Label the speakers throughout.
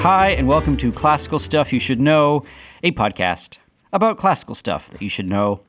Speaker 1: Hi, and welcome to Classical Stuff You Should Know, a podcast about classical stuff that you should know.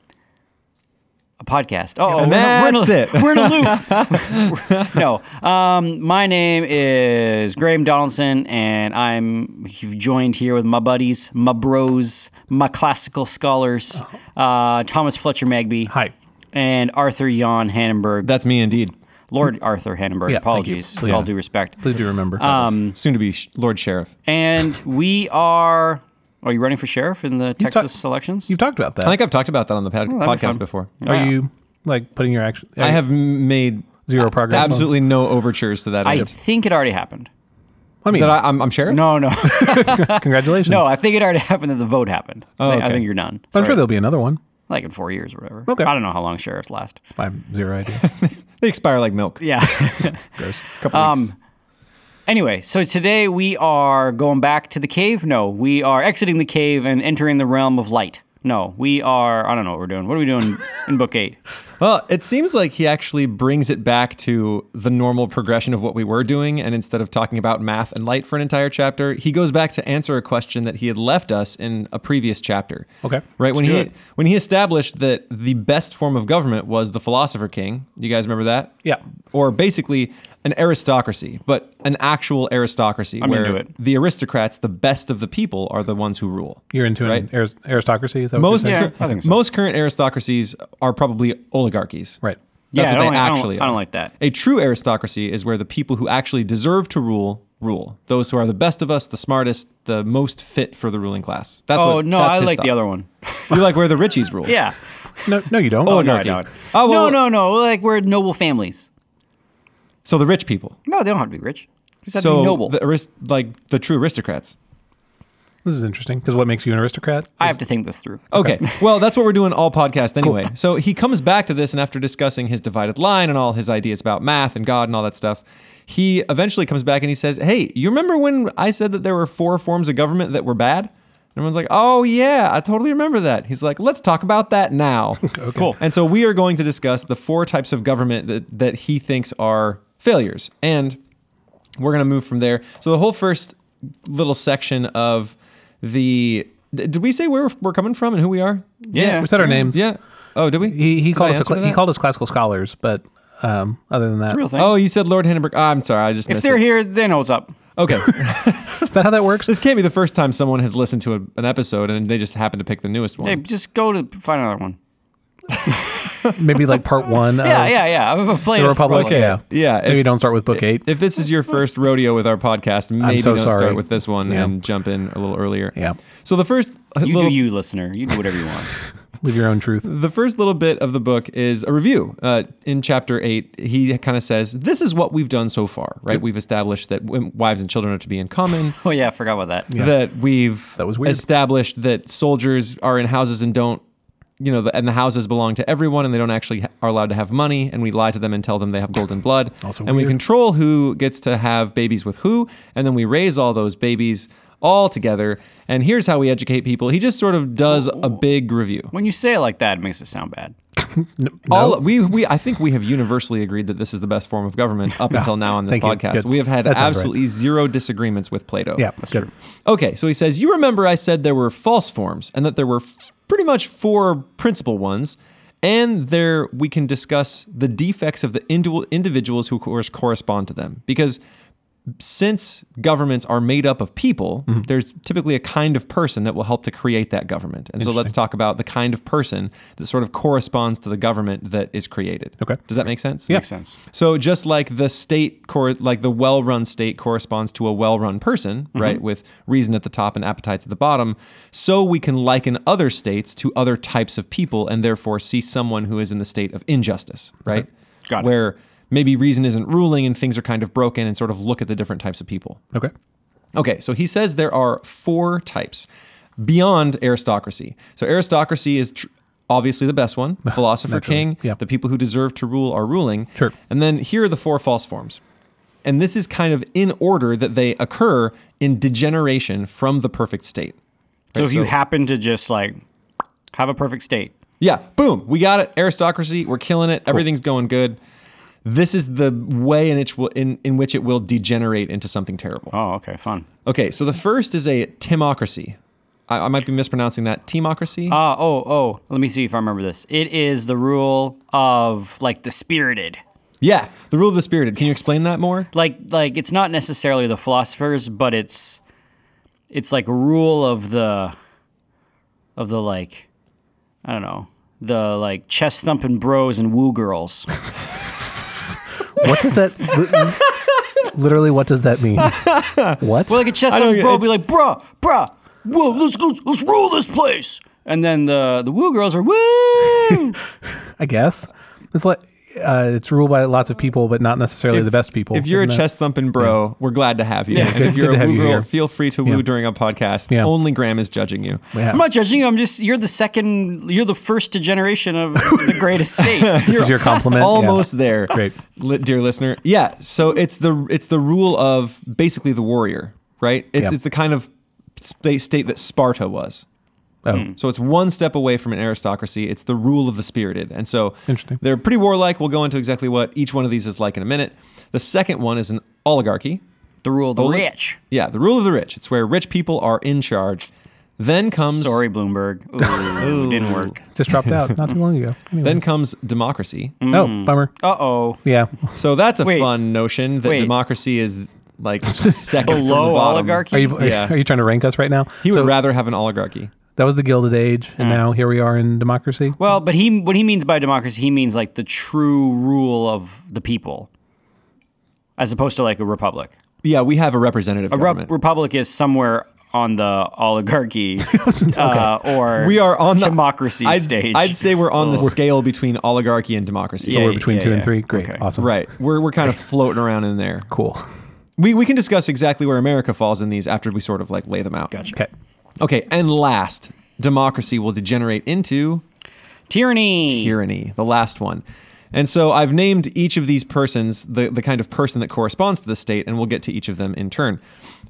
Speaker 1: A podcast. Oh,
Speaker 2: And
Speaker 1: we're, in a- we're
Speaker 2: that's
Speaker 1: in a, We're in a loop. no, um, my name is Graham Donaldson, and I'm joined here with my buddies, my bros, my classical scholars, uh, Thomas Fletcher Magby.
Speaker 3: Uh-huh. Hi.
Speaker 1: And Arthur Jan Hannenberg,
Speaker 2: That's me indeed.
Speaker 1: Lord Arthur Hannenberg.
Speaker 3: Yeah, thank you.
Speaker 1: apologies, with
Speaker 2: Yeah.
Speaker 1: all due respect. Um,
Speaker 3: Please do remember.
Speaker 2: Um,
Speaker 3: Thomas.
Speaker 2: Soon to be sh- Lord Sheriff.
Speaker 1: And we are. Are you running for sheriff in the
Speaker 3: You've ta-
Speaker 1: Texas elections?
Speaker 3: You've talked about that.
Speaker 2: I think I've talked about that on the pod-
Speaker 1: that'd be fun.
Speaker 2: podcast before.
Speaker 3: Are
Speaker 1: Yeah.
Speaker 3: you like putting your action?
Speaker 2: I have m- made
Speaker 3: zero progress. on-
Speaker 2: absolutely no overtures to that.
Speaker 1: I
Speaker 2: end.
Speaker 1: think it already happened.
Speaker 3: I mean,
Speaker 2: that I, I'm, I'm Sheriff?
Speaker 1: No, no,
Speaker 3: congratulations.
Speaker 1: no. I think it already happened that the vote happened. I, think- I
Speaker 2: Oh, okay.
Speaker 1: think you're done.
Speaker 3: I'm sure there'll be another one.
Speaker 1: Like in four years or whatever.
Speaker 3: Okay.
Speaker 1: I don't know how long sheriffs last.
Speaker 3: I have zero idea.
Speaker 2: They expire like milk.
Speaker 1: Yeah.
Speaker 3: Gross.
Speaker 2: Couple weeks.
Speaker 1: anyway, so today we are going back to the cave. No, we are exiting the cave and entering the realm of light. No, we are. I don't know what we're doing. What are we doing in book eight?
Speaker 2: Well, it seems like he actually brings it back to the normal progression of what we were doing. And instead of talking about math and light for an entire chapter, he goes back to answer a question that he had left us in a previous chapter.
Speaker 3: Okay.
Speaker 2: Right. When
Speaker 1: do
Speaker 2: he
Speaker 1: it.
Speaker 2: when he established that the best form of government was the philosopher king. You guys remember that?
Speaker 3: Yeah.
Speaker 2: Or basically an aristocracy, but an actual aristocracy where
Speaker 1: into it.
Speaker 2: the aristocrats, the best of the people, are the ones who rule.
Speaker 3: You're into an
Speaker 2: Right.
Speaker 3: aris- aristocracy. Is that what
Speaker 2: Most
Speaker 3: you're saying?
Speaker 1: Yeah, I think so.
Speaker 2: most current aristocracies are probably oligarchies.
Speaker 3: Right.
Speaker 1: yeah,
Speaker 2: That's what
Speaker 1: I
Speaker 2: they
Speaker 1: don't like- I don't-
Speaker 2: actually
Speaker 1: I don't
Speaker 2: are.
Speaker 1: like that.
Speaker 2: A true aristocracy is where the people who actually deserve to rule rule. Those who are the best of us, the smartest, the most fit for the ruling class. That's
Speaker 1: Oh
Speaker 2: what,
Speaker 1: no, I
Speaker 2: that's his
Speaker 1: like the
Speaker 2: thought.
Speaker 1: other one.
Speaker 2: You like where the richies rule.
Speaker 1: Yeah.
Speaker 3: No, no, you don't.
Speaker 1: No, I
Speaker 2: Oligarchy.
Speaker 1: don't.
Speaker 2: Oh, well-
Speaker 1: no, no, no. Like we're noble families.
Speaker 2: So the rich people.
Speaker 1: No, they don't have to be rich. They just have to
Speaker 2: so
Speaker 1: be noble.
Speaker 2: the arist- like the true aristocrats.
Speaker 3: This is interesting because what makes you an aristocrat?
Speaker 1: I
Speaker 3: is-
Speaker 1: have to think this through.
Speaker 2: Okay. well, that's what we're doing all podcast anyway. So he comes back to this, and after discussing his divided line and all his ideas about math and God and all that stuff, he eventually comes back and he says, Hey, you remember when I said that there were four forms of government that were bad? And everyone's like, Oh, yeah, I totally remember that. He's like, Let's talk about that now.
Speaker 1: Cool.
Speaker 2: And so we are going to discuss the four types of government that, that he thinks are failures. And we're going to move from there. So the whole first little section of the. d- Did we say where we're- we're coming from and who we are?
Speaker 1: Yeah.
Speaker 3: We said our names.
Speaker 2: Yeah. Oh, did we?
Speaker 3: He,
Speaker 2: Did
Speaker 3: he
Speaker 2: I
Speaker 3: called us a
Speaker 2: answer
Speaker 3: cla-
Speaker 2: to
Speaker 3: he
Speaker 2: that?
Speaker 3: called us classical scholars, but um, other than that,
Speaker 1: Real thing.
Speaker 2: Oh, you said Lord Hindenburg. Ah, I'm sorry, I just
Speaker 1: if
Speaker 2: missed
Speaker 1: they're
Speaker 2: it.
Speaker 1: here, they know what's up.
Speaker 2: Okay,
Speaker 3: is that how that works?
Speaker 2: this can't be the first time someone has listened to a, an episode and they just happen to pick the newest one.
Speaker 1: Hey, just go to find another one.
Speaker 3: Maybe like part one.
Speaker 1: Yeah,
Speaker 3: of
Speaker 1: yeah, yeah. I've I've played
Speaker 3: Oh.
Speaker 1: it.
Speaker 3: The Republic.
Speaker 2: Okay.
Speaker 3: Yeah.
Speaker 2: Yeah,
Speaker 3: Maybe
Speaker 2: if-
Speaker 3: don't start with book eight.
Speaker 2: If this is your first rodeo with our podcast, maybe
Speaker 3: so
Speaker 2: don't
Speaker 3: sorry.
Speaker 2: start with this one
Speaker 3: Yeah.
Speaker 2: and jump in a little earlier.
Speaker 3: Yeah.
Speaker 2: So the first
Speaker 1: You
Speaker 2: little,
Speaker 1: do you, listener. You do whatever you want.
Speaker 3: Live your own truth.
Speaker 2: the first little bit of the book is a review. Uh, in chapter eight, he kind of says, "This is what we've done so far, right? We've established that w- wives and children are to be in common."
Speaker 1: oh yeah, I forgot about that.
Speaker 3: Yeah.
Speaker 2: that we've
Speaker 3: That was weird.
Speaker 2: established that soldiers are in houses and don't you know the, and the houses belong to everyone and they don't actually ha- are allowed to have money and we lie to them and tell them they have golden blood
Speaker 3: Also
Speaker 2: and we
Speaker 3: weird.
Speaker 2: control who gets to have babies with who and then we raise all those babies all together and here's how we educate people he just sort of does
Speaker 3: Oh.
Speaker 2: a big review
Speaker 1: When you say it like that, it makes it sound bad.
Speaker 2: all we, we I think we have universally agreed that this is the best form of government up until now on this
Speaker 3: Thank you.
Speaker 2: podcast.
Speaker 3: Good.
Speaker 2: We have had
Speaker 3: That sounds right.
Speaker 2: absolutely zero disagreements with Plato.
Speaker 3: Yeah, that's good.
Speaker 2: Okay, so he says, You remember I said there were false forms and that there were f- pretty much four principal ones. And there we can discuss the defects of the individual individuals who of course correspond to them. Because since governments are made up of people,
Speaker 3: Mm-hmm.
Speaker 2: there's typically a kind of person that will help to create that government. And so let's talk about the kind of person that sort of corresponds to the government that is created.
Speaker 3: Okay.
Speaker 2: Does that make sense?
Speaker 3: Yeah.
Speaker 1: Makes sense.
Speaker 2: So just like the state, cor- like the well-run state corresponds to a well-run person,
Speaker 1: Mm-hmm.
Speaker 2: right, with reason at the top and appetites at the bottom, so we can liken other states to other types of people and therefore see someone who is in the state of injustice, right?
Speaker 1: Uh-huh. Got it.
Speaker 2: Where maybe reason isn't ruling and things are kind of broken and sort of look at the different types of people.
Speaker 3: Okay.
Speaker 2: Okay, so he says there are four types beyond aristocracy. So aristocracy is tr- obviously the best one. The philosopher
Speaker 3: Naturally,
Speaker 2: king,
Speaker 3: yeah.
Speaker 2: the people who deserve to rule are ruling.
Speaker 3: Sure.
Speaker 2: And then here are the four false forms. And this is kind of in order that they occur in degeneration from the perfect state.
Speaker 1: So if you
Speaker 2: so-
Speaker 1: happen to just like have a perfect state,
Speaker 2: Yeah, boom, we got it. Aristocracy, we're killing it. Everything's going good. This is the way in which will in, in which it will degenerate into something terrible.
Speaker 1: Oh, okay, fun.
Speaker 2: Okay, so the first is a timocracy. I, I might be mispronouncing that. Timocracy.
Speaker 1: Ah, oh, oh. Let me see if I remember this. It is the rule of like the spirited.
Speaker 2: yeah, the rule of the spirited. Can you explain that more?
Speaker 1: Like like it's not necessarily the philosophers, but it's it's like rule of the of the like I don't know. The like chest thumping bros and woo girls.
Speaker 3: What does that? li- literally, what does that mean? What?
Speaker 1: Well, like a chest
Speaker 2: I don't
Speaker 1: thumping
Speaker 2: get-
Speaker 1: bro, be
Speaker 2: it's-
Speaker 1: like, bruh, bruh, whoa, let's go, let's rule this place. And then the the woo girls are woo.
Speaker 3: I guess it's like uh, it's ruled by lots of people, but not necessarily the best people.
Speaker 2: If you're a
Speaker 3: Isn't that-
Speaker 2: chest thumping bro, we're glad to have you.
Speaker 1: Yeah,
Speaker 2: and
Speaker 3: good-
Speaker 2: if you're
Speaker 3: good
Speaker 2: a
Speaker 3: to have
Speaker 2: woo
Speaker 3: you
Speaker 2: girl,
Speaker 3: here.
Speaker 2: feel free to woo during a podcast.
Speaker 3: Yeah.
Speaker 2: Only Graham is judging you.
Speaker 3: yeah.
Speaker 1: I'm not judging you. I'm just you're the second. You're the first degeneration of the great estate. You're-
Speaker 3: this is your compliment. Yeah.
Speaker 2: Almost there,
Speaker 3: Great.
Speaker 2: li- dear listener. Yeah, so it's the it's the rule of basically the warrior, right? It's,
Speaker 3: Yeah.
Speaker 2: it's the kind of state, state that Sparta was.
Speaker 3: Oh,
Speaker 2: So it's one step away from an aristocracy. It's the rule of the spirited. And so
Speaker 3: Interesting.
Speaker 2: they're pretty warlike. We'll go into exactly what each one of these is like in a minute. The second one is an oligarchy.
Speaker 1: the rule of the
Speaker 2: Hold it.
Speaker 1: rich.
Speaker 2: Yeah, the rule of the rich. It's where rich people are in charge. Then comes
Speaker 1: Sorry, Bloomberg. Ooh, didn't work.
Speaker 3: just dropped out not too long ago. Anyway.
Speaker 2: then comes democracy.
Speaker 3: oh, bummer.
Speaker 1: Uh oh.
Speaker 3: Yeah,
Speaker 2: So that's a
Speaker 1: Wait.
Speaker 2: fun notion that
Speaker 1: Wait.
Speaker 2: democracy is like second from the
Speaker 1: Below
Speaker 2: bottom.
Speaker 1: oligarchy.
Speaker 3: are you are,
Speaker 2: Yeah.
Speaker 3: you trying to rank us right now?
Speaker 2: He would Hmm.
Speaker 3: so
Speaker 2: rather have an oligarchy.
Speaker 3: that was the Gilded Age, and now here we are in democracy.
Speaker 1: well, but he what he means by democracy, he means like the true rule of the people, as opposed to like a republic.
Speaker 2: Yeah, we have a representative
Speaker 1: A re-
Speaker 2: government.
Speaker 1: republic is somewhere on the oligarchy uh, or
Speaker 2: we are on the
Speaker 1: democracy
Speaker 2: I'd,
Speaker 1: stage. Oh.
Speaker 2: I'd say we're on the scale between oligarchy and democracy.
Speaker 1: Yeah,
Speaker 3: We're between
Speaker 1: yeah,
Speaker 3: two and
Speaker 1: yeah.
Speaker 3: three. Great,
Speaker 1: Okay.
Speaker 3: awesome.
Speaker 2: Right. We're, we're kind of floating around in there.
Speaker 3: cool.
Speaker 2: We, we can discuss exactly where America falls in these after we sort of like lay them out.
Speaker 1: Gotcha.
Speaker 3: Okay,
Speaker 2: Okay, and last, democracy will degenerate into
Speaker 1: tyranny.
Speaker 2: tyranny, the last one. And so I've named each of these persons the, the kind of person that corresponds to the state, and we'll get to each of them in turn.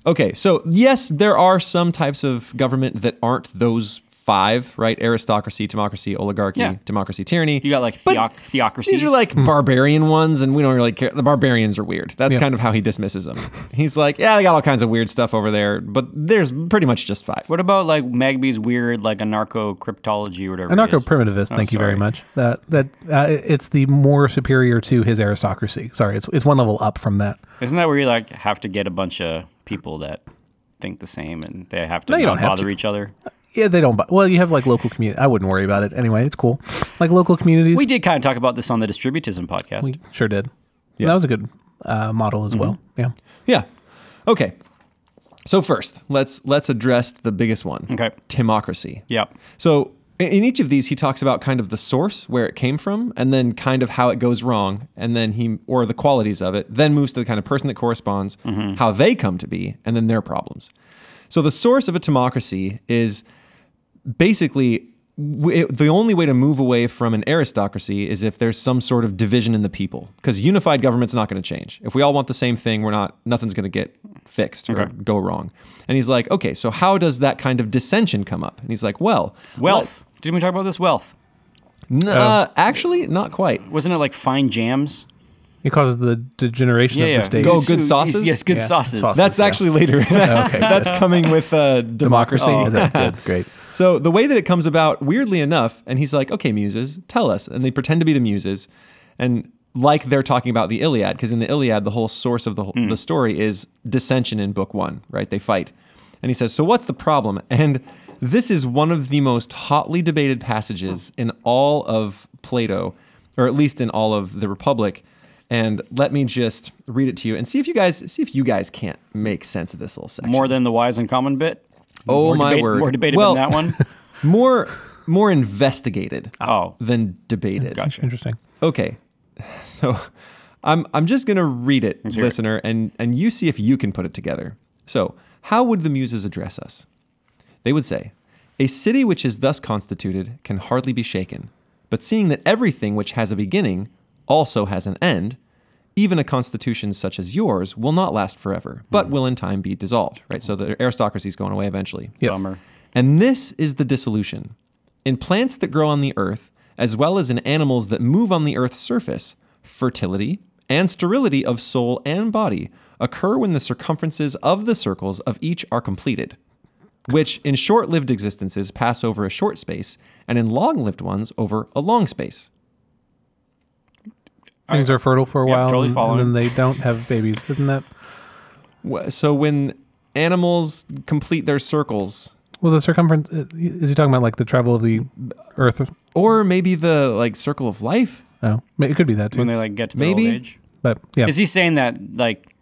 Speaker 2: Okay, so yes, there are some types of government that aren't those five, right? Aristocracy, democracy, oligarchy,
Speaker 1: Yeah.
Speaker 2: democracy, tyranny.
Speaker 1: you got like
Speaker 2: But
Speaker 1: theoc- theocracies.
Speaker 2: These are like barbarian ones, and we don't really care. The barbarians are weird. That's
Speaker 3: Yeah.
Speaker 2: kind of how he dismisses them. He's like, yeah, they got all kinds of weird stuff over there, but there's pretty much just five.
Speaker 1: What about like Magby's weird like anarcho cryptology or whatever? it
Speaker 3: anarcho
Speaker 1: is?
Speaker 3: primitivist.
Speaker 1: Oh,
Speaker 3: Thank you very
Speaker 1: sorry.
Speaker 3: much. That that uh, it's the more superior to his aristocracy. Sorry, it's it's one level up from that.
Speaker 1: Isn't that where you like have to get a bunch of people that think the same and they have to
Speaker 3: No, you
Speaker 1: not
Speaker 3: don't have
Speaker 1: bother
Speaker 3: to.
Speaker 1: each other?
Speaker 3: Yeah, they don't. bu- Well, you have like local community. I wouldn't worry about it anyway. It's cool. Like local communities.
Speaker 1: We did kind of talk about this on the distributism podcast.
Speaker 3: We sure did. That was a good uh, model
Speaker 1: Mm-hmm.
Speaker 3: as well. Yeah.
Speaker 2: Yeah. Okay. So first, let's let's address the biggest one.
Speaker 1: Okay.
Speaker 2: Timocracy.
Speaker 1: yep.
Speaker 2: So i- in each of these, he talks about kind of the source where it came from, and then kind of how it goes wrong, and then he or the qualities of it. Then moves to the kind of person that corresponds, how they come to be, and then their problems. So the source of a timocracy is basically w- it, the only way to move away from an aristocracy is if there's some sort of division in the people because unified government's not going to change if we all want the same thing we're not nothing's going to get fixed or
Speaker 1: Okay.
Speaker 2: go wrong and he's like okay so how does that kind of dissension come up and he's like well
Speaker 1: Wealth. Didn't we talk about this? Wealth.
Speaker 2: n- uh, actually not quite
Speaker 1: Wasn't it like fine jams?
Speaker 3: It causes the degeneration
Speaker 1: Yeah.
Speaker 3: of
Speaker 1: yeah.
Speaker 3: the state.
Speaker 2: Go good sauces?
Speaker 1: Yes, good
Speaker 3: Yeah,
Speaker 1: sauces.
Speaker 3: sauces.
Speaker 2: that's
Speaker 3: Yeah.
Speaker 2: actually later that's, that's coming with uh, democracy
Speaker 3: Oh, is that good? Great.
Speaker 2: So the way that it comes about, weirdly enough, and he's like, "Okay, muses, tell us," and they pretend to be the muses, and like they're talking about the Iliad, because in the Iliad, the whole source of the whole, the story is dissension in book one, right? They fight, and he says, "So what's the problem?" And this is one of the most hotly debated passages in all of Plato, or at least in all of the Republic. And let me just read it to you and see if you guys see if you guys can't make sense of this little section.
Speaker 1: More than the wise and common bit.
Speaker 2: oh
Speaker 1: more
Speaker 2: my
Speaker 1: debate-
Speaker 2: word!
Speaker 1: More debated
Speaker 2: well,
Speaker 1: than that one.
Speaker 2: more more investigated
Speaker 1: Oh.
Speaker 2: than debated.
Speaker 3: Interesting.
Speaker 2: Okay. So I'm I'm just gonna read it,
Speaker 1: hear it.
Speaker 2: listener, and and you see if you can put it together. So how would the muses address us? They would say, A city which is thus constituted can hardly be shaken, but seeing that everything which has a beginning also has an end, even a constitution such as yours will not last forever, but
Speaker 1: Hmm.
Speaker 2: will in time be dissolved. Right? So the aristocracy is going away eventually.
Speaker 3: Yes.
Speaker 1: Bummer.
Speaker 2: And this is the dissolution. In plants that grow on the earth, as well as in animals that move on the earth's surface, fertility, and sterility of soul and body occur when the circumferences of the circles of each are completed, which in short lived existences pass over a short space, and in long lived ones over a long space.
Speaker 3: Things are fertile for a
Speaker 1: Yep,
Speaker 3: while,
Speaker 1: totally
Speaker 3: and-
Speaker 1: following.
Speaker 3: and then they don't have babies. Isn't that?
Speaker 2: Wh- So when animals complete their circles,
Speaker 3: Well, the circumference uh, is he talking about like the travel of the Earth?
Speaker 2: or maybe the like circle of life,
Speaker 3: Oh, ma- it could be that
Speaker 1: when
Speaker 3: too.
Speaker 1: they like get to their
Speaker 2: Maybe.
Speaker 1: old age.
Speaker 3: But yeah,
Speaker 1: Is he saying that like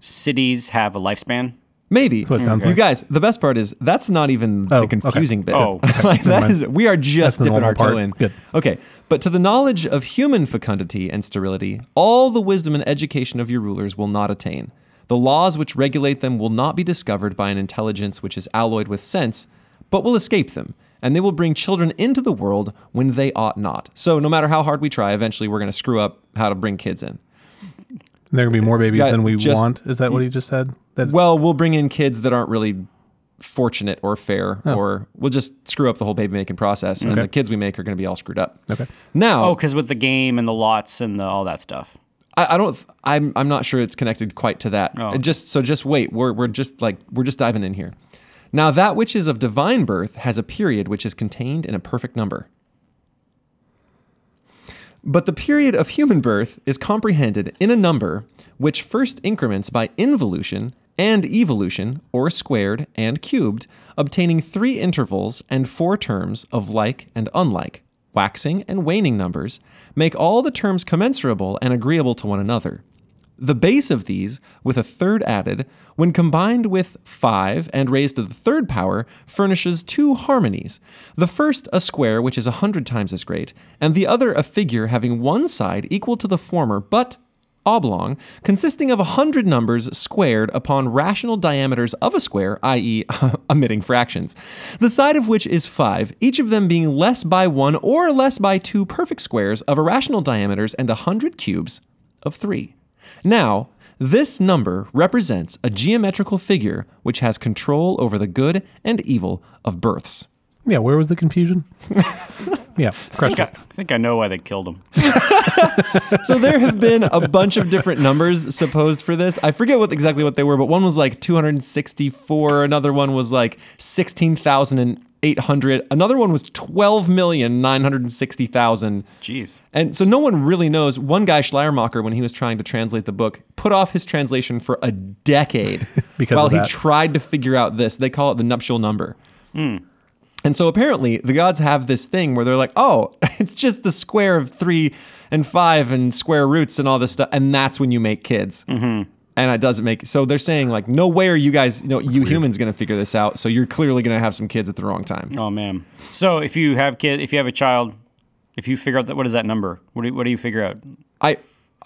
Speaker 1: cities have a lifespan?
Speaker 2: Maybe.
Speaker 3: what it sounds
Speaker 2: You
Speaker 3: like.
Speaker 2: guys, the best part is that's not even the
Speaker 3: Oh, okay.
Speaker 2: confusing bit.
Speaker 1: Oh, okay.
Speaker 2: like that is we are
Speaker 3: That's
Speaker 2: just
Speaker 3: the
Speaker 2: dipping
Speaker 3: normal
Speaker 2: our toe
Speaker 3: part.
Speaker 2: in.
Speaker 3: Good.
Speaker 2: Okay. But to the knowledge of human fecundity and sterility, all the wisdom and education of your rulers will not attain. The laws which regulate them will not be discovered by an intelligence which is alloyed with sense, but will escape them, and they will bring children into the world when they ought not. So no matter how hard we try, eventually we're gonna screw up how to bring kids in.
Speaker 3: there are gonna be more babies
Speaker 2: Yeah,
Speaker 3: than we
Speaker 2: just-
Speaker 3: want. Is that what he just said? That
Speaker 2: Well, we'll bring in kids that aren't really fortunate or fair, or we'll just screw up the whole baby making process, and the kids we make are going to be all screwed up.
Speaker 3: okay.
Speaker 2: Now,
Speaker 1: Oh, because with the game and the lots and the, all that stuff.
Speaker 2: I, I don't. th- I'm. I'm not sure it's connected quite to that.
Speaker 1: Oh.
Speaker 2: Uh, Just so. Just wait. We're. We're just like. We're just diving in here. Now, that which is of divine birth has a period which is contained in a perfect number. But the period of human birth is comprehended in a number which first increments by involution and evolution, or squared and cubed, obtaining three intervals and four terms of like and unlike. Waxing and waning numbers make all the terms commensurable and agreeable to one another. The base of these, with a third added, when combined with 5 and raised to the third power, furnishes two harmonies. The first a square which is a hundred times as great, and the other a figure having one side equal to the former but oblong, consisting of a hundred numbers squared upon rational diameters of a square, i.e., omitting fractions, the side of which is five, each of them being less by one or less by two perfect squares of irrational diameters and a hundred cubes of three. Now, this number represents a geometrical figure which has control over the good and evil of births.
Speaker 3: Yeah, where was the confusion? yeah, crushed
Speaker 1: I
Speaker 3: it.
Speaker 1: think I know why they killed him.
Speaker 2: So there have been a bunch of different numbers supposed for this. I forget what exactly what they were, but one was like 264, another one was like 16,800, another one was 12,960,000.
Speaker 1: Jeez.
Speaker 2: And so no one really knows. One guy, Schleiermacher, when he was trying to translate the book, put off his translation for a decade
Speaker 3: Because
Speaker 2: while
Speaker 3: of
Speaker 2: he
Speaker 3: that.
Speaker 2: tried to figure out this. They call it the nuptial number. And so apparently the gods have this thing where they're like, oh, it's just the square of three and five and square roots and all this stuff. And that's when you make kids. And it doesn't make so they're saying like no way are you guys you know you humans gonna figure this out so you're clearly gonna have some kids at the wrong time
Speaker 1: Oh man. So if you have kid, if you have a child, if you figure out that what is that number? What do you, what do you figure out?
Speaker 2: I,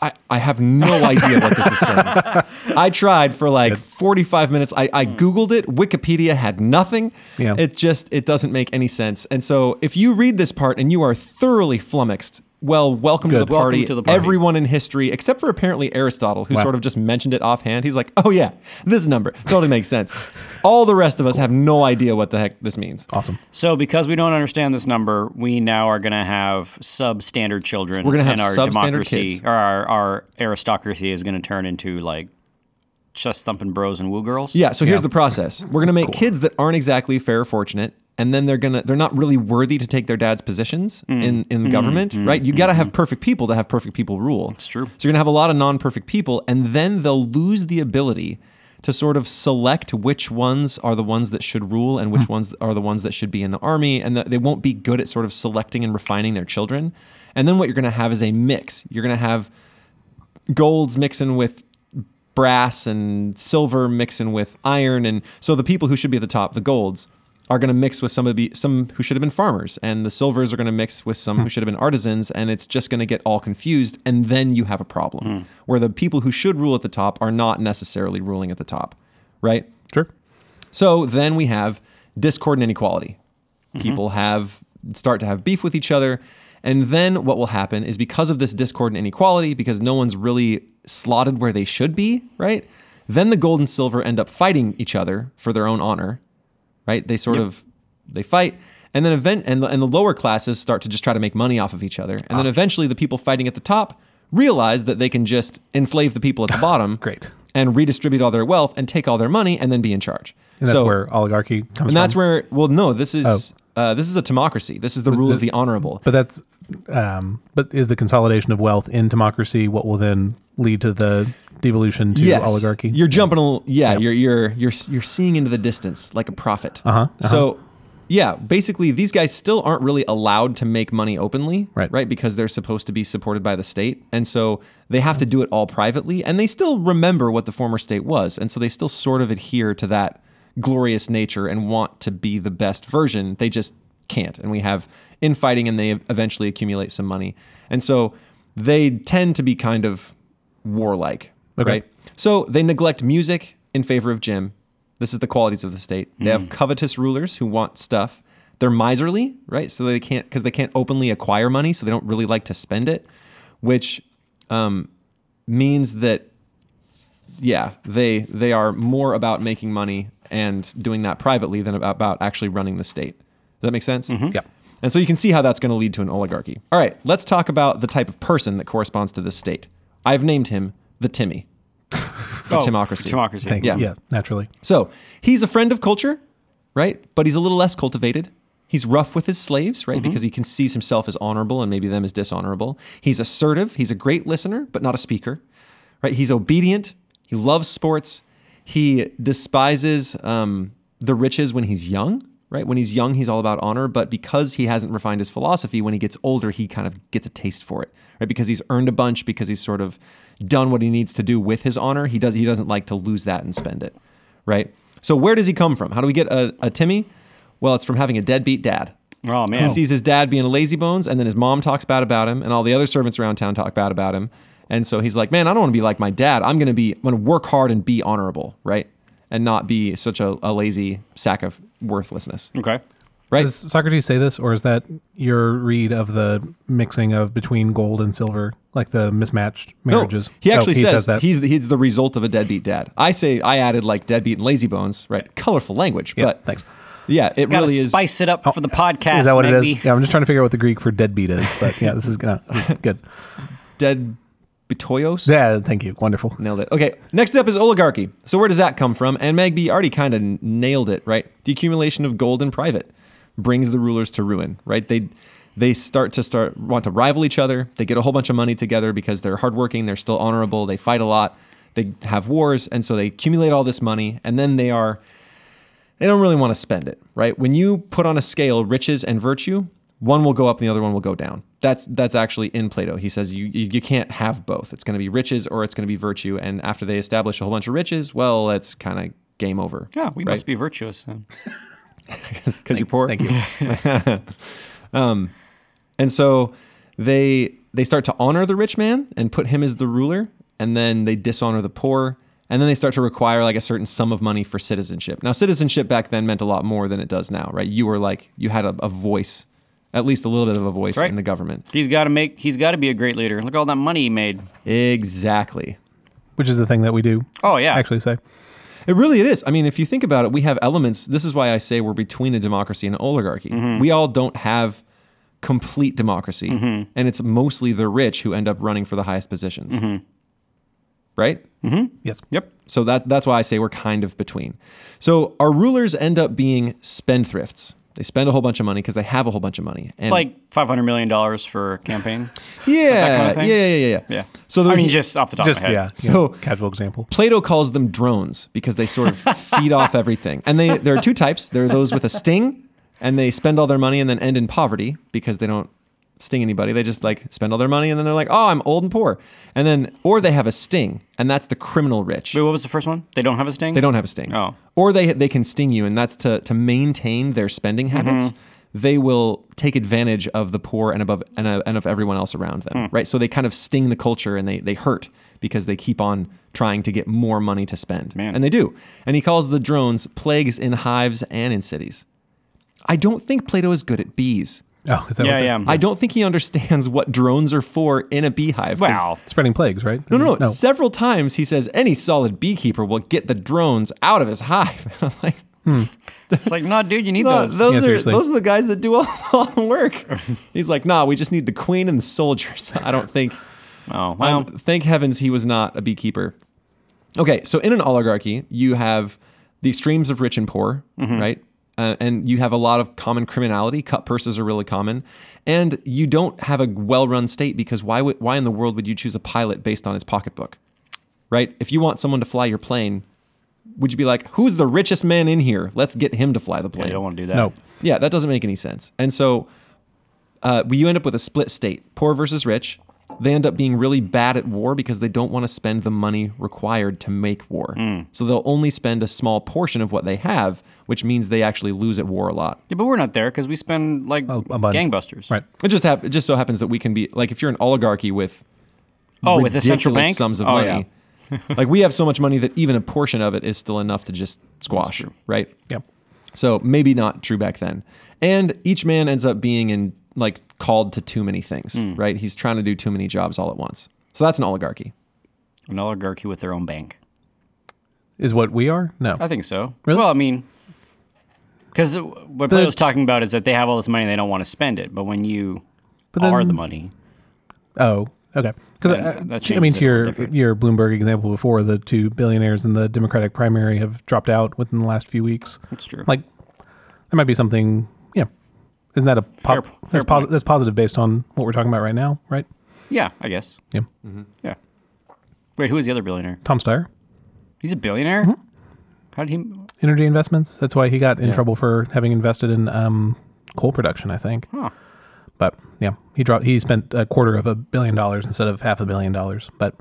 Speaker 2: I, I have no idea what this is saying. I tried for like 45 minutes. I,
Speaker 1: Hmm.
Speaker 2: I Googled it. Wikipedia had nothing.
Speaker 3: Yeah.
Speaker 2: It just, it doesn't make any sense. And so if you read this part and you are thoroughly flummoxed, well, welcome to, the
Speaker 3: Good.
Speaker 1: Welcome
Speaker 2: party.
Speaker 1: to the party.
Speaker 2: Everyone in history, except for apparently Aristotle, who
Speaker 3: Wow.
Speaker 2: sort of just mentioned it offhand. He's like, oh yeah, this number totally makes sense. All the rest of us have no idea what the heck this means.
Speaker 3: Awesome.
Speaker 1: So because we don't understand this number, we now are going to have substandard children.
Speaker 2: We're gonna have
Speaker 1: and our
Speaker 2: substandard
Speaker 1: democracy
Speaker 2: kids.
Speaker 1: or our, our aristocracy is going to turn into like chest thumping bros and woo girls.
Speaker 2: Yeah, so here's the process. We're going to make kids that aren't exactly fair or fortunate and then they're going to they're not really worthy to take their dad's positions in in the government, right? You got to have perfect people to have perfect people rule. Mm-hmm. It's
Speaker 1: true.
Speaker 2: So you're going to have a lot of non-perfect people and then they'll lose the ability to sort of select which ones are the ones that should rule and which ones are the ones that should be in the army and that they won't be good at sort of selecting and refining their children. And then what you're going to have is a mix. You're going to have gold's mixing with brass and silver mixing with iron and so the people who should be at the top the golds are going to mix with some of the some who should have been farmers and the silvers are going to mix with some who should have been artisans and it's just going to get all confused and then you have a problem where the people who should rule at the top are not necessarily ruling at the top right
Speaker 3: Sure.
Speaker 2: so then we have discord and inequality. People have start to have beef with each other. And then what will happen is because of this discord and inequality, because no one's really slotted where they should be, right? Then the gold and silver end up fighting each other for their own honor, right? They sort of they fight, and then event and the, and the lower classes start to just try to make money off of each other, and then eventually the people fighting at the top realize that they can just enslave the people at the bottom
Speaker 3: Great.
Speaker 2: and redistribute all their wealth and take all their money and then be in charge.
Speaker 3: And that's where oligarchy comes
Speaker 2: and that's
Speaker 3: from. Oh.
Speaker 2: where well no this is uh, this is a democracy. This is the rule of the honorable.
Speaker 3: but that's um, but is the consolidation of wealth in democracy what will then lead to the devolution to
Speaker 2: yes.
Speaker 3: oligarchy?
Speaker 2: You're jumping. A, yeah, you're you're you're you're seeing into the distance like a prophet.
Speaker 3: Uh-huh, uh-huh.
Speaker 2: So, yeah, basically these guys still aren't really allowed to make money openly,
Speaker 3: Right.
Speaker 2: Right, because they're supposed to be supported by the state, and so they have to do it all privately, and they still remember what the former state was, and so they still sort of adhere to that glorious nature and want to be the best version. They just can't, and we have infighting, and they eventually accumulate some money, and so they tend to be kind of warlike,
Speaker 3: Okay.
Speaker 2: right? So they neglect music in favor of gym. This is the qualities of the state. They have covetous rulers who want stuff. They're miserly, right? So they can't because they can't openly acquire money, so they don't really like to spend it, which um, means that yeah, they they are more about making money and doing that privately than about, about actually running the state. Does that make sense?
Speaker 3: Yeah.
Speaker 2: And so you can see how that's going to lead to an oligarchy. All right, let's talk about the type of person that corresponds to this state. I've named him the Timmy. The
Speaker 1: Oh,
Speaker 2: Timocracy.
Speaker 1: Timocracy.
Speaker 3: Thank
Speaker 2: Yeah.
Speaker 3: you. Yeah, naturally.
Speaker 2: So he's a friend of culture, right? But he's a little less cultivated. He's rough with his slaves, right? Because he can sees himself as honorable and maybe them as dishonorable. He's assertive. He's a great listener, but not a speaker, right? He's obedient. He loves sports. He despises um, the riches when he's young, right? When he's young, he's all about honor, but because he hasn't refined his philosophy, when he gets older, he kind of gets a taste for it, right? Because he's earned a bunch, because he's sort of done what he needs to do with his honor. He does. He doesn't like to lose that and spend it right? So where does he come from? How do we get a, a Timmy? Well, it's from having a deadbeat dad.
Speaker 1: Oh man.
Speaker 2: He sees his dad being a lazy bones, and then his mom talks bad about him, and all the other servants around town talk bad about him. And so he's like, man, I don't want to be like my dad. I'm gonna be, I'm gonna work hard and be honorable, right? And not be such a, a lazy sack of worthlessness,
Speaker 1: Okay.
Speaker 2: right?
Speaker 3: Does Socrates say this, or is that your read of the mixing of between gold and silver, like the mismatched marriages?
Speaker 2: he actually
Speaker 3: Oh,
Speaker 2: says,
Speaker 3: that.
Speaker 2: he's the, he's the result of a deadbeat dad. I say I added like deadbeat and lazy bones, right? Colorful language,
Speaker 3: yeah,
Speaker 2: but
Speaker 3: thanks.
Speaker 2: yeah, it
Speaker 1: Gotta
Speaker 2: really is.
Speaker 1: spice it up for the podcast.
Speaker 3: Oh, Is that what
Speaker 1: maybe.
Speaker 3: it is? Yeah, I'm just trying to figure out what the Greek for deadbeat is, but yeah, this is gonna good.
Speaker 2: Dead bitoyos.
Speaker 3: Yeah, thank you. Wonderful.
Speaker 2: Nailed it. Okay, next up is oligarchy. So where does that come from? And Magby already kind of nailed it, right? The accumulation of gold in private brings the rulers to ruin, right? They they start to start want to rival each other. They get a whole bunch of money together because they're hardworking, they're still honorable, they fight a lot, they have wars, and so they accumulate all this money, and then they are they don't really want to spend it, right? When you put on a scale riches and virtue, one will go up and the other one will go down. That's that's actually in Plato. He says you you, you can't have both. It's going to be riches or it's going to be virtue. And after they establish a whole bunch of riches, well, that's kind of game over.
Speaker 1: Yeah, we must be virtuous then.
Speaker 2: because you're poor. Um,
Speaker 3: Thank you.
Speaker 2: And so they they start to honor the rich man and put him as the ruler, and then they dishonor the poor, and then they start to require like a certain sum of money for citizenship. Now, citizenship back then meant a lot more than it does now, right? You were like you had a, a voice, at least a little bit of a voice
Speaker 1: right.
Speaker 2: in the government.
Speaker 1: He's got to make. He's got to be a great leader. Look at all that money he made.
Speaker 2: Exactly.
Speaker 3: Which is the thing that we do
Speaker 1: Oh yeah.
Speaker 3: actually say.
Speaker 2: It really it is. I mean, if you think about it, we have elements. This is why I say we're between a democracy and an oligarchy.
Speaker 1: Mm-hmm.
Speaker 2: We all don't have complete democracy,
Speaker 1: Mm-hmm.
Speaker 2: and it's mostly the rich who end up running for the highest positions.
Speaker 1: Mm-hmm.
Speaker 2: Right?
Speaker 3: Yes.
Speaker 1: Yep.
Speaker 2: So that that's why I say we're kind of between. So our rulers end up being spendthrifts. They spend a whole bunch of money because they have a whole bunch of money. And
Speaker 1: Like five hundred million dollars for a campaign.
Speaker 2: yeah,
Speaker 1: kind of thing?
Speaker 2: yeah, yeah, yeah,
Speaker 1: Yeah.
Speaker 2: So the,
Speaker 1: I mean, just off the top
Speaker 3: Just
Speaker 1: of my head.
Speaker 3: yeah.
Speaker 2: So-
Speaker 3: So casual example.
Speaker 2: Plato calls them drones because they sort of feed off everything. And they there are two types. There are those with a sting, and they spend all their money and then end in poverty because they don't sting anybody. They just like spend all their money and then they're like, oh, I'm old and poor. And then or they have a sting, and that's the criminal rich.
Speaker 1: Wait, what was the first one? They don't have a sting.
Speaker 2: They don't have a sting.
Speaker 1: Oh.
Speaker 2: Or they they can sting you, and that's to to maintain their spending
Speaker 1: Mm-hmm.
Speaker 2: habits. They will take advantage of the poor and above and, uh, and of everyone else around
Speaker 1: Mm.
Speaker 2: them, right? So they kind of sting the culture and they they hurt because they keep on trying to get more money to spend,
Speaker 1: Man.
Speaker 2: and they do. And he calls the drones plagues in hives and in cities. I don't think Plato is good at bees.
Speaker 3: Oh, is that
Speaker 1: Yeah,
Speaker 3: what
Speaker 1: Um, yeah.
Speaker 3: that-
Speaker 2: I don't think he understands what drones are for in a beehive. 'cause
Speaker 1: Wow.
Speaker 3: Spreading plagues, right?
Speaker 2: no, no, no. Several times he says any solid beekeeper will get the drones out of his hive. And I'm like,
Speaker 1: It's like, no, dude, you need
Speaker 2: no,
Speaker 1: those.
Speaker 2: those
Speaker 3: Yeah,
Speaker 2: are
Speaker 3: seriously.
Speaker 2: those are the guys that do all, all the work. He's like, nah, we just need the queen and the soldiers. I don't think
Speaker 1: Oh, well.
Speaker 2: Um, thank heavens he was not a beekeeper. Okay, so in an oligarchy, you have the extremes of rich and poor,
Speaker 1: Mm-hmm.
Speaker 2: right? Uh, and you have a lot of common criminality. Cut purses are really common, and you don't have a well-run state because why? Would, why in the world would you choose a pilot based on his pocketbook, right? If you want someone to fly your plane, would you be like, "Who's the richest man in here? Let's get him to fly the plane."
Speaker 1: You don't want to do that.
Speaker 3: No.
Speaker 2: Yeah, that doesn't make any sense. And so uh, we- you end up with a split state poor versus rich. They end up being really bad at war because they don't want to spend the money required to make war.
Speaker 1: Hmm.
Speaker 2: So they'll only spend a small portion of what they have, which means they actually lose at war a lot.
Speaker 1: Yeah, but we're not there because we spend like
Speaker 3: a bunch.
Speaker 1: gangbusters.
Speaker 3: Right.
Speaker 2: It just hap- it just so happens that we can be like if you're an oligarchy with
Speaker 1: Oh, with a
Speaker 2: ridiculous
Speaker 1: central bank
Speaker 2: sums of
Speaker 1: Oh,
Speaker 2: money, like we have so much money that even a portion of it is still enough to just squash, right?
Speaker 3: Yep.
Speaker 2: So maybe not true back then. And each man ends up being in like called to too many things, right? He's trying to do too many jobs all at once. So that's an oligarchy.
Speaker 1: yeah. An oligarchy with their own bank.
Speaker 3: Is what we are? No.
Speaker 1: I think so.
Speaker 3: Really?
Speaker 1: Well, I mean, because what
Speaker 3: The
Speaker 1: Plato's
Speaker 3: t-
Speaker 1: talking about is that they have all this money and they don't want to spend it. But when you
Speaker 3: But
Speaker 1: are
Speaker 3: then-
Speaker 1: the money,
Speaker 3: Oh,
Speaker 1: Yeah,
Speaker 3: okay. Because
Speaker 1: that
Speaker 3: I mean,
Speaker 1: changes it
Speaker 3: to
Speaker 1: a little
Speaker 3: your
Speaker 1: different.
Speaker 3: your Bloomberg example before, the two billionaires in the Democratic primary have dropped out within the last few weeks.
Speaker 1: that's true.
Speaker 3: Like, there might be something. Yeah, isn't that a
Speaker 1: Fair-
Speaker 3: pop,
Speaker 1: fair
Speaker 3: that's,
Speaker 1: point.
Speaker 3: posi- that's positive based on what we're talking about right now, right?
Speaker 1: yeah, I guess.
Speaker 3: Yeah.
Speaker 1: Yeah. Wait, who is the other billionaire?
Speaker 3: Tom Steyer,
Speaker 1: He's a billionaire.
Speaker 3: Mm-hmm.
Speaker 1: How did he?
Speaker 3: energy investments. That's why he got in
Speaker 2: Yeah.
Speaker 3: trouble for having invested in um, coal production, I think.
Speaker 1: Huh.
Speaker 3: But yeah, he dropped. He spent a quarter of a billion dollars instead of half a billion dollars, but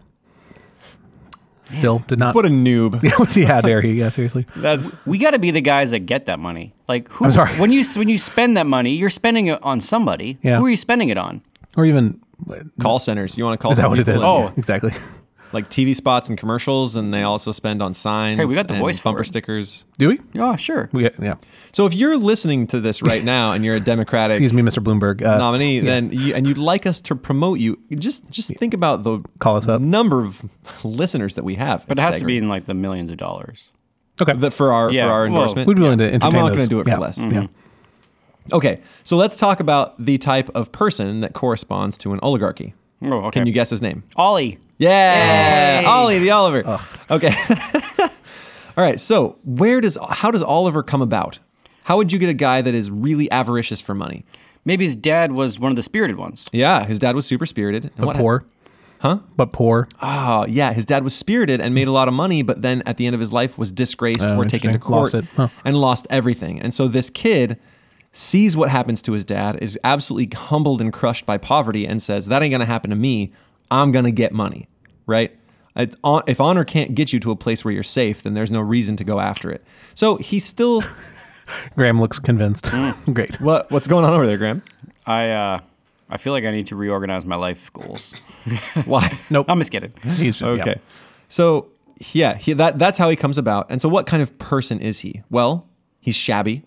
Speaker 3: still did not.
Speaker 2: What a noob.
Speaker 3: yeah, there he. Yeah, seriously.
Speaker 2: That's
Speaker 1: We got to be the guys that get that money. Like who?
Speaker 3: I'm sorry.
Speaker 1: When you s- when you spend that money, you're spending it on somebody.
Speaker 3: Yeah.
Speaker 1: Who are you spending it on?
Speaker 3: or even
Speaker 2: call centers. You want to call
Speaker 3: is that
Speaker 2: some
Speaker 3: what it
Speaker 2: people
Speaker 3: is?
Speaker 2: in
Speaker 1: Oh.
Speaker 2: here.
Speaker 3: exactly.
Speaker 2: like TV spots and commercials, and they also spend on signs.
Speaker 1: Hey, we got the
Speaker 2: and
Speaker 1: voice for
Speaker 2: bumper
Speaker 1: it.
Speaker 2: stickers.
Speaker 3: Do we?
Speaker 1: Oh, sure.
Speaker 3: We yeah.
Speaker 2: So if you're listening to this right now and you're a Democratic
Speaker 3: Excuse me, Mr. Bloomberg. Uh,
Speaker 2: nominee, then you, and you'd like us to promote you, just just think about the
Speaker 3: Call us up.
Speaker 2: number of listeners that we have.
Speaker 1: But it has to be in like the millions of dollars.
Speaker 3: Okay,
Speaker 2: that for our
Speaker 1: Yeah,
Speaker 2: for our
Speaker 1: whoa.
Speaker 2: endorsement.
Speaker 3: we'd be willing to entertain.
Speaker 2: I'm not
Speaker 3: those.
Speaker 2: going to do it
Speaker 3: Yeah,
Speaker 2: for less.
Speaker 3: Yeah.
Speaker 2: Okay, so let's talk about the type of person that corresponds to an oligarchy.
Speaker 1: Oh, okay.
Speaker 2: Can you guess his name?
Speaker 1: Ollie.
Speaker 2: Yeah,
Speaker 1: Yay.
Speaker 2: Ollie the Oliver. Okay. All right. So where does how does Oliver come about? How would you get a guy that is really avaricious for money?
Speaker 1: Maybe his dad was one of the spirited ones.
Speaker 2: Yeah, his dad was super spirited. And
Speaker 3: But poor. Huh? But poor.
Speaker 2: Oh, yeah, his dad was spirited and made a lot of money, but then at the end of his life was disgraced or taken to
Speaker 3: Oh, interesting.
Speaker 2: court
Speaker 3: Lost it. Huh.
Speaker 2: and lost everything. And so this kid sees what happens to his dad, is absolutely humbled and crushed by poverty, and says, "That ain't gonna happen to me. I'm gonna get money." Right? I- hon- If honor can't get you to a place where you're safe, then there's no reason to go after it. So he's still
Speaker 3: Graham looks convinced. Great.
Speaker 2: what? What's going on over there, Graham?
Speaker 1: I uh, I feel like I need to reorganize my life goals.
Speaker 2: Why?
Speaker 3: Nope.
Speaker 1: I'm just kidding.
Speaker 3: He's just,
Speaker 2: Okay.
Speaker 3: okay.
Speaker 2: So yeah, he, that that's how he comes about. And so, what kind of person is he? Well, he's shabby.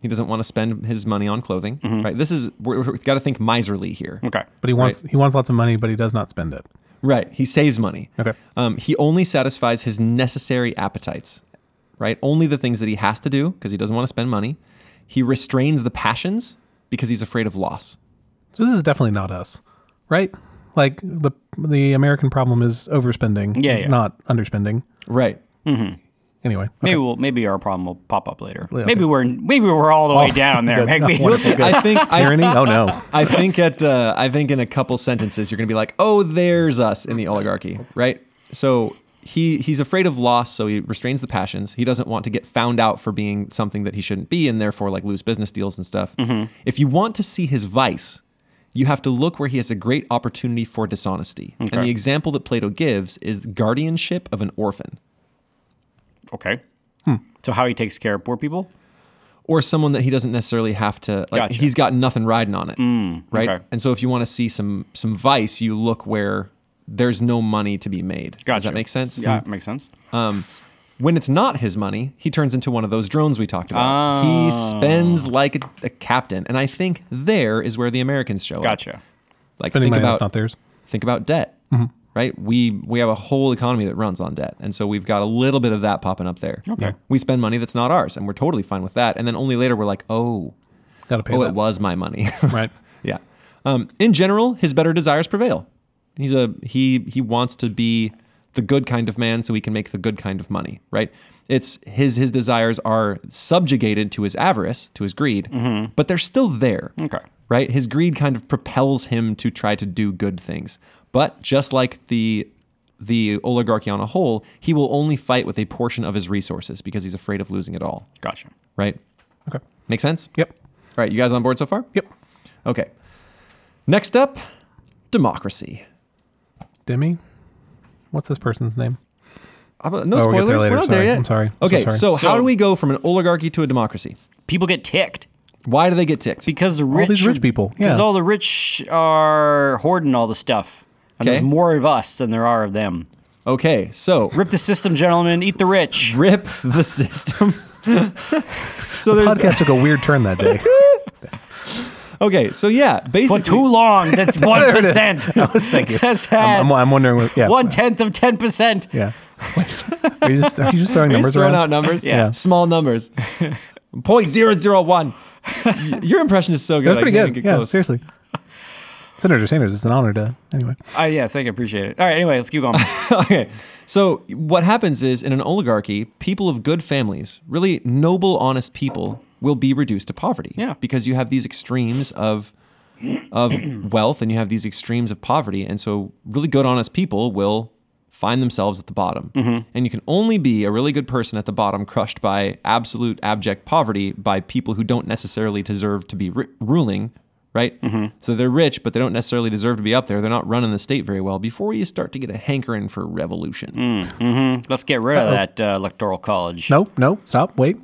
Speaker 2: He doesn't want to spend his money on clothing,
Speaker 3: Mm-hmm.
Speaker 2: right? This is we're, we've got to think miserly here,
Speaker 1: Okay.
Speaker 3: But he wants he wants lots of money, but he does not spend it.
Speaker 2: right? He saves money.
Speaker 3: Okay.
Speaker 2: Um, he only satisfies his necessary appetites, right? Only the things that he has to do because he doesn't want to spend money. He restrains the passions because he's afraid of loss.
Speaker 3: So this is definitely not us, right? Like the the American problem is overspending,
Speaker 1: Yeah, yeah.
Speaker 3: not underspending.
Speaker 2: Right.
Speaker 3: Anyway,
Speaker 1: Maybe we'll maybe our problem will pop up later.
Speaker 3: Yeah,
Speaker 1: Maybe
Speaker 3: okay.
Speaker 1: we're maybe we're all the way
Speaker 3: Oh,
Speaker 1: down there.
Speaker 3: good.
Speaker 1: Maybe-
Speaker 2: You'll see. I think I,
Speaker 3: tyranny. oh no,
Speaker 2: I think at uh, I think in a couple sentences you're gonna be like, oh, there's us in the oligarchy, right? So he he's afraid of loss, so he restrains the passions. He doesn't want to get found out for being something that he shouldn't be, and therefore like lose business deals and stuff. If you want to see his vice, you have to look where he has a great opportunity for dishonesty. And the example that Plato gives is guardianship of an orphan
Speaker 1: okay.
Speaker 3: Hmm.
Speaker 1: So how he takes care of poor people?
Speaker 2: or someone that he doesn't necessarily have to like.
Speaker 1: Gotcha. Mm,
Speaker 2: He's got nothing riding on it. right?
Speaker 1: okay.
Speaker 2: And so if you want to see some some vice, you look where there's no money to be made. Does
Speaker 1: Gotcha.
Speaker 2: that make sense?
Speaker 1: Yeah,
Speaker 3: hmm.
Speaker 1: makes sense.
Speaker 2: When it's not his money, he turns into one of those drones we talked about.
Speaker 1: Ah.
Speaker 2: He spends like a, a captain, and I think there is where the Americans show up.
Speaker 1: Gotcha.
Speaker 2: Like
Speaker 3: spending
Speaker 2: think
Speaker 3: money
Speaker 2: about
Speaker 3: that's not Mm-hmm. theirs.
Speaker 2: think about debt. Right? We we have a whole economy that runs on debt. And so we've got a little bit of that popping up there.
Speaker 1: Okay.
Speaker 2: We spend money that's not ours and we're totally fine with that. And then only later we're like, "Oh,
Speaker 3: Got to pay
Speaker 2: oh,
Speaker 3: that.
Speaker 2: it was my money."
Speaker 3: Right.
Speaker 2: Yeah. Um, in general, his better desires prevail. He's a he he wants to be the good kind of man so he can make the good kind of money, right? It's his his desires are subjugated to his avarice, to his greed, but they're still there.
Speaker 1: Okay.
Speaker 2: Right? His greed kind of propels him to try to do good things. But just like the the oligarchy on a whole, he will only fight with a portion of his resources because he's afraid of losing it all,
Speaker 1: Gotcha.
Speaker 2: right?
Speaker 3: Okay.
Speaker 2: Make sense?
Speaker 3: Yep.
Speaker 2: All right, you guys on board so far?
Speaker 3: Yep.
Speaker 2: Okay. Next up, democracy.
Speaker 3: Demi? What's this person's name?
Speaker 2: I'm- no
Speaker 3: Oh, we'll get there
Speaker 2: spoilers.
Speaker 3: later,
Speaker 2: We're not
Speaker 3: sorry.
Speaker 2: there yet.
Speaker 3: I'm sorry. I'm
Speaker 2: Okay,
Speaker 3: so sorry.
Speaker 2: so, how
Speaker 1: So-
Speaker 2: do we go from an oligarchy to a democracy?
Speaker 1: People get ticked
Speaker 2: Why do they get ticked?
Speaker 1: because the rich
Speaker 3: these rich people,
Speaker 1: Because
Speaker 3: yeah.
Speaker 1: all the rich are hoarding all the stuff. And
Speaker 2: Okay.
Speaker 1: there's more of us than there are of them.
Speaker 2: Okay, so
Speaker 1: Rip the system, gentlemen. Eat the rich.
Speaker 2: rip the system. so there's
Speaker 3: Podcast took a weird turn that day.
Speaker 2: okay, so yeah,
Speaker 1: For
Speaker 2: basically
Speaker 1: too long, that's one
Speaker 3: it is.
Speaker 1: percent.
Speaker 3: Thank you.
Speaker 1: That's had
Speaker 3: I'm, I'm, I'm wondering what. Yeah.
Speaker 1: one tenth of ten percent.
Speaker 3: Yeah. are, you just, are you just throwing
Speaker 2: He's
Speaker 3: numbers
Speaker 2: throwing
Speaker 3: around?
Speaker 2: out numbers,
Speaker 1: Yeah. Yeah.
Speaker 2: small numbers. Point zero zero one. Y- Your impression is so good.
Speaker 3: That's
Speaker 2: I
Speaker 3: pretty
Speaker 2: can't even
Speaker 3: good.
Speaker 2: get
Speaker 3: Yeah,
Speaker 2: close.
Speaker 3: seriously. Senator Sanders, it's an honor to. Anyway,
Speaker 1: I yeah, thank you. Appreciate it. All right. Anyway, let's keep going.
Speaker 2: okay. So what happens is in an oligarchy, people of good families, really noble, honest people, will be reduced to poverty.
Speaker 1: Yeah.
Speaker 2: Because you have these extremes of of wealth and you have these extremes of poverty. And so really good, honest people will find themselves at the bottom. And you can only be a really good person at the bottom crushed by absolute abject poverty by people who don't necessarily deserve to be ri ruling, right? So they're rich, but they don't necessarily deserve to be up there. They're not running the state very well before you start to get a hankering for revolution.
Speaker 1: let's get rid of that uh, electoral college.
Speaker 3: no, no, stop, wait.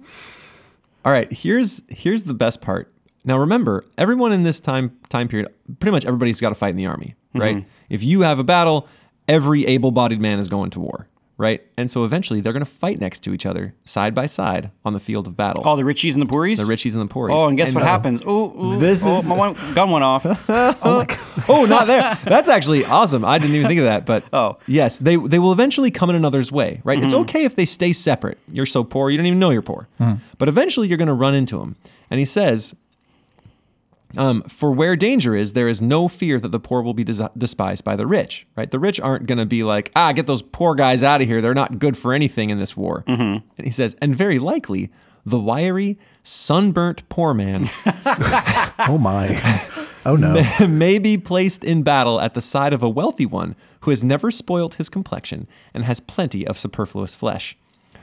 Speaker 2: All right, here's here's the best part. Now remember, everyone in this time time period, pretty much everybody's got to fight in the army,
Speaker 1: Mm-hmm.
Speaker 2: right? If you have a battle, every able-bodied man is going to war, right? And so eventually they're going to fight next to each other, side by side on the field of battle.
Speaker 1: All the richies and the poories.
Speaker 2: the richies and the pooriest.
Speaker 1: Oh, and guess what happens? Ooh, ooh,
Speaker 2: This
Speaker 1: oh,
Speaker 2: is-
Speaker 1: my one, gun went off.
Speaker 2: oh, not there. That's actually awesome. I didn't even think of that. But
Speaker 1: Oh.
Speaker 2: yes, they they will eventually come in another's way, right? It's okay if they stay separate. You're so poor, you don't even know you're poor. But eventually, you're going to run into him. And he says, um, "For where danger is, there is no fear that the poor will be desi- despised by the rich." Right? The rich aren't going to be like, "Ah, get those poor guys out of here. They're not good for anything in this war." And he says, and very likely. The wiry, sunburnt poor man
Speaker 3: Oh my. Oh no.
Speaker 2: may be placed in battle at the side of a wealthy one who has never spoilt his complexion and has plenty of superfluous flesh.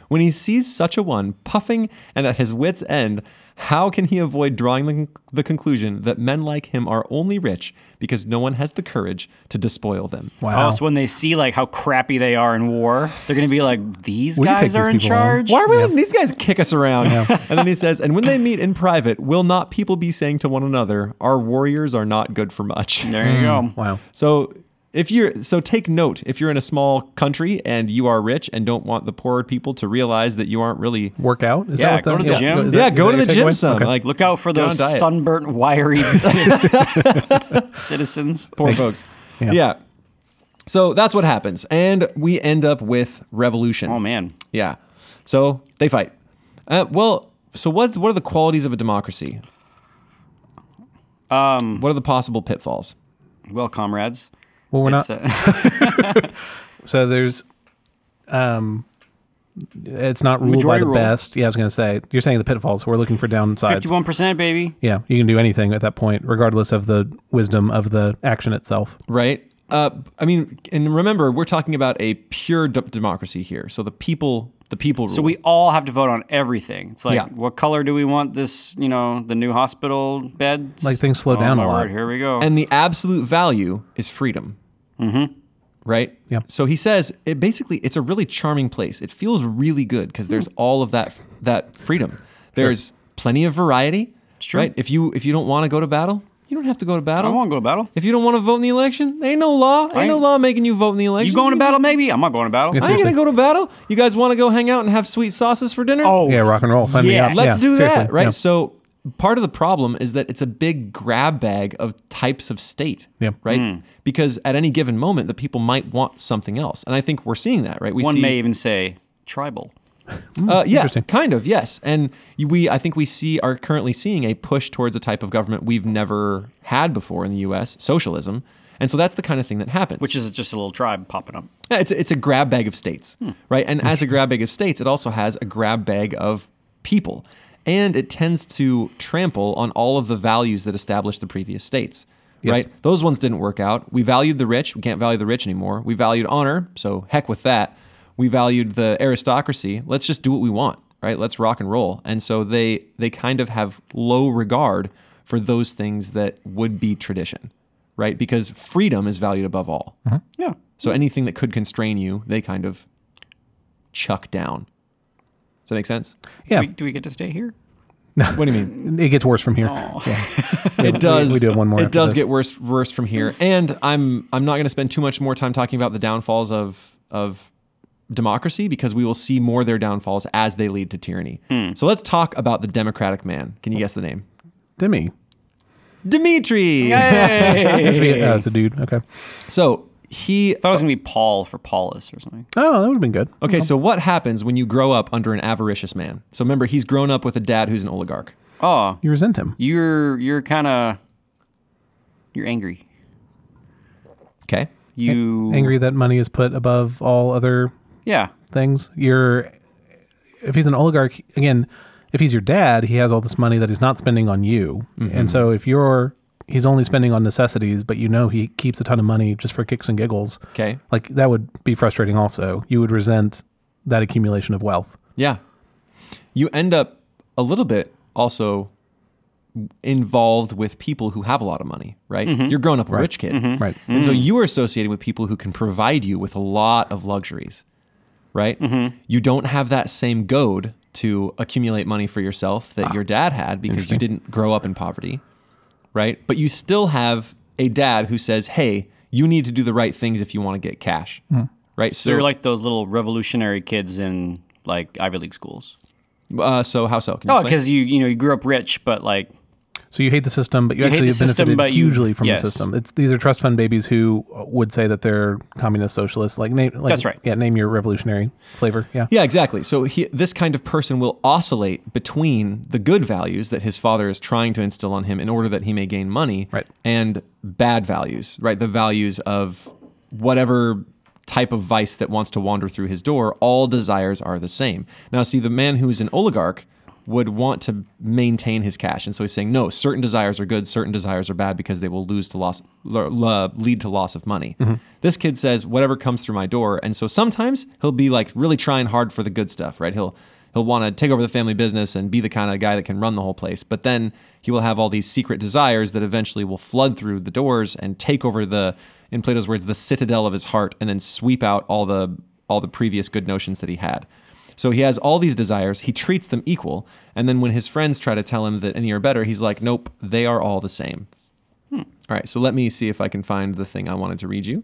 Speaker 2: When he sees such a one puffing and at his wits' end, how can he avoid drawing the, the conclusion that men like him are only rich because no one has the courage to despoil them?
Speaker 3: Wow.
Speaker 1: Also, Oh, when they see like how crappy they are in war, they're gonna be like, "These
Speaker 3: We can
Speaker 1: guys
Speaker 3: take
Speaker 1: are
Speaker 3: these
Speaker 1: in
Speaker 3: people on.
Speaker 1: charge."
Speaker 2: Why are we letting these guys kick us around? And then he says, and when they meet in private, will not people be saying to one another, our warriors are not good for much?
Speaker 1: There you go.
Speaker 3: wow.
Speaker 2: So if you're so take note if you're in a small country and you are rich and don't want the poor people to realize that you aren't really
Speaker 3: Work out? Is
Speaker 1: Yeah,
Speaker 3: that
Speaker 1: go
Speaker 3: what
Speaker 1: to the gym.
Speaker 3: is
Speaker 2: yeah
Speaker 3: that-
Speaker 2: go
Speaker 3: is
Speaker 2: to
Speaker 3: that
Speaker 2: the
Speaker 3: your
Speaker 2: gym
Speaker 3: takeaway?
Speaker 2: some
Speaker 3: Okay.
Speaker 2: like
Speaker 1: Look out for
Speaker 2: Get on
Speaker 1: those
Speaker 2: diet.
Speaker 1: sunburnt, wiry citizens.
Speaker 2: poor folks yeah.
Speaker 3: Yeah.
Speaker 2: so that's what happens and we end up with revolution
Speaker 1: Oh man,
Speaker 2: yeah so they fight uh, well so what's what are the qualities of a democracy um what are the possible pitfalls
Speaker 1: well, comrades.
Speaker 3: Well, we're not.
Speaker 1: it's, uh,
Speaker 3: so there's, um, it's not ruled
Speaker 1: Majority
Speaker 3: by the
Speaker 1: rule.
Speaker 3: best. Yeah, I was gonna say you're saying the pitfalls. We're looking for downsides.
Speaker 1: Fifty-one percent, baby.
Speaker 3: Yeah, you can do anything at that point, regardless of the wisdom of the action itself.
Speaker 2: right? Uh, I mean, and remember, we're talking about a pure d- democracy here. So the people, the people rule.
Speaker 1: So we all have to vote on everything. It's like,
Speaker 2: Yeah.
Speaker 1: what color do we want this? You know, the new hospital beds.
Speaker 3: Like, things slow
Speaker 1: oh,
Speaker 3: down
Speaker 1: my
Speaker 3: a lot.
Speaker 1: word, Here we go.
Speaker 2: and the absolute value is freedom, mm-hmm. right?
Speaker 3: Yeah.
Speaker 2: So he says, it basically, it's a really charming place. It feels really good because there's
Speaker 1: Hmm.
Speaker 2: all of that that freedom. There's plenty of variety,
Speaker 1: true.
Speaker 2: right? If you if you don't want to go to battle, you don't have to go to
Speaker 1: I
Speaker 2: battle.
Speaker 1: won't go to battle.
Speaker 2: if you don't want to vote in the election, there ain't no law. Ain't, no
Speaker 1: ain't-
Speaker 2: law making you vote in the election.
Speaker 1: You going to
Speaker 2: can
Speaker 1: battle? Maybe I'm not going to battle.
Speaker 3: Yes,
Speaker 2: just- I ain't
Speaker 3: Seriously.
Speaker 2: gonna go to battle. You guys want to go hang out and have sweet sauces for dinner?
Speaker 1: Oh,
Speaker 3: Yeah, rock and roll. Sign me
Speaker 1: yeah.
Speaker 3: up.
Speaker 2: Let's
Speaker 3: yeah,
Speaker 2: do
Speaker 3: seriously.
Speaker 2: that, right?
Speaker 3: Yeah.
Speaker 2: So part of the problem is that it's a big grab bag of types of state,
Speaker 3: Yeah.
Speaker 2: right?
Speaker 1: Hmm.
Speaker 2: Because at any given moment, the people might want something else, and I think we're seeing that, right? We
Speaker 1: One
Speaker 2: see,
Speaker 1: may even say tribal.
Speaker 2: uh, yeah,
Speaker 3: interesting.
Speaker 2: kind of, yes, and you- we, I think we see are currently seeing a push towards a type of government we've never had before in the U.S. Socialism. And so that's the kind of thing that happens.
Speaker 1: which is just a little tribe popping up.
Speaker 2: Yeah, it's a, it's a grab bag of states, right? And as a grab bag of states, it also has a grab bag of people, and it tends to trample on all of the values that established the previous states.
Speaker 3: Yes.
Speaker 2: Right? Those ones didn't work out. We valued the rich. We can't value the rich anymore. We valued honor, so heck with that. We valued the aristocracy. Let's just do what we want, right? Let's rock and roll. And so they they kind of have low regard for those things that would be tradition, right? Because freedom is valued above all.
Speaker 1: Yeah.
Speaker 2: So anything that could constrain you, they kind of chuck down. Does that make sense?
Speaker 3: Yeah,
Speaker 1: We, do we get to stay here?
Speaker 2: What do you mean?
Speaker 3: it gets worse from here.
Speaker 2: It does.
Speaker 3: we do have one more
Speaker 2: It
Speaker 3: after
Speaker 2: does
Speaker 3: this.
Speaker 2: get worse, worse from here. And I'm I'm not going to spend too much more time talking about the downfalls of of democracy because we will see more of their downfalls as they lead to tyranny. So let's talk about the Democratic man. Can you guess the name?
Speaker 3: Demi.
Speaker 2: Dimitri.
Speaker 3: That's be- oh, it's a dude. Okay.
Speaker 2: So he
Speaker 1: thought it was gonna be Paul for Paulus or something.
Speaker 3: Oh, that would have been good.
Speaker 2: Okay, so what happens when you grow up under an avaricious man? So remember, he's grown up with a dad who's an oligarch.
Speaker 1: Oh,
Speaker 3: You resent him.
Speaker 1: you're you're kind of you're angry.
Speaker 2: Okay.
Speaker 1: You
Speaker 3: Angry that money is put above all other
Speaker 1: Yeah.
Speaker 3: things. You're, if he's an oligarch, again, if he's your dad, he has all this money that he's not spending on you. And so if you're, he's only spending on necessities, but you know he keeps a ton of money just for kicks and giggles.
Speaker 2: Okay.
Speaker 3: Like that would be frustrating also. You would resent that accumulation of wealth.
Speaker 2: Yeah. You end up a little bit also involved with people who have a lot of money, right?
Speaker 1: Mm-hmm.
Speaker 2: You're growing up a rich kid.
Speaker 3: Right.
Speaker 2: And so you are associated with people who can provide you with a lot of luxuries, right?
Speaker 1: Mm-hmm.
Speaker 2: You don't have that same goad to accumulate money for yourself
Speaker 1: Ah.
Speaker 2: that your dad had because you didn't grow up in poverty, right? But you still have a dad who says, hey, you need to do the right things if you want to get cash, right?
Speaker 1: Mm-hmm. So you're like those little revolutionary kids in like Ivy League schools.
Speaker 2: uh, so how so? Can you
Speaker 1: Oh,
Speaker 2: explain?
Speaker 1: because you you know you grew up rich, but like
Speaker 3: So you hate the system, but you,
Speaker 1: hate
Speaker 3: actually
Speaker 1: the
Speaker 3: have benefited
Speaker 1: system, but you-
Speaker 3: hugely from
Speaker 1: yes.
Speaker 3: the system. It's these are trust fund babies who would say that they're communist socialists. Like name, like,
Speaker 1: That's right.
Speaker 3: Yeah, name your revolutionary flavor. Yeah,
Speaker 2: Yeah, exactly. So he, this kind of person will oscillate between the good values that his father is trying to instill on him in order that he may gain money,
Speaker 3: Right.
Speaker 2: and bad values, right? The values of whatever type of vice that wants to wander through his door. All desires are the same. Now, see, the man who is an oligarch would want to maintain his cash, and so he's saying, no, certain desires are good, certain desires are bad because they will lose to loss, lo- lo- lead to loss of money. This kid says, whatever comes through my door, and so sometimes he'll be like really trying hard for the good stuff, right? He'll he'll want to take over the family business and be the kind of guy that can run the whole place. But then he will have all these secret desires that eventually will flood through the doors and take over the, in Plato's words, the citadel of his heart, and then sweep out all the all the previous good notions that he had. So he has all these desires. He treats them equal, and then when his friends try to tell him that any are better, he's like, "Nope, they are all the same." All right, so let me see if I can find the thing I wanted to read you.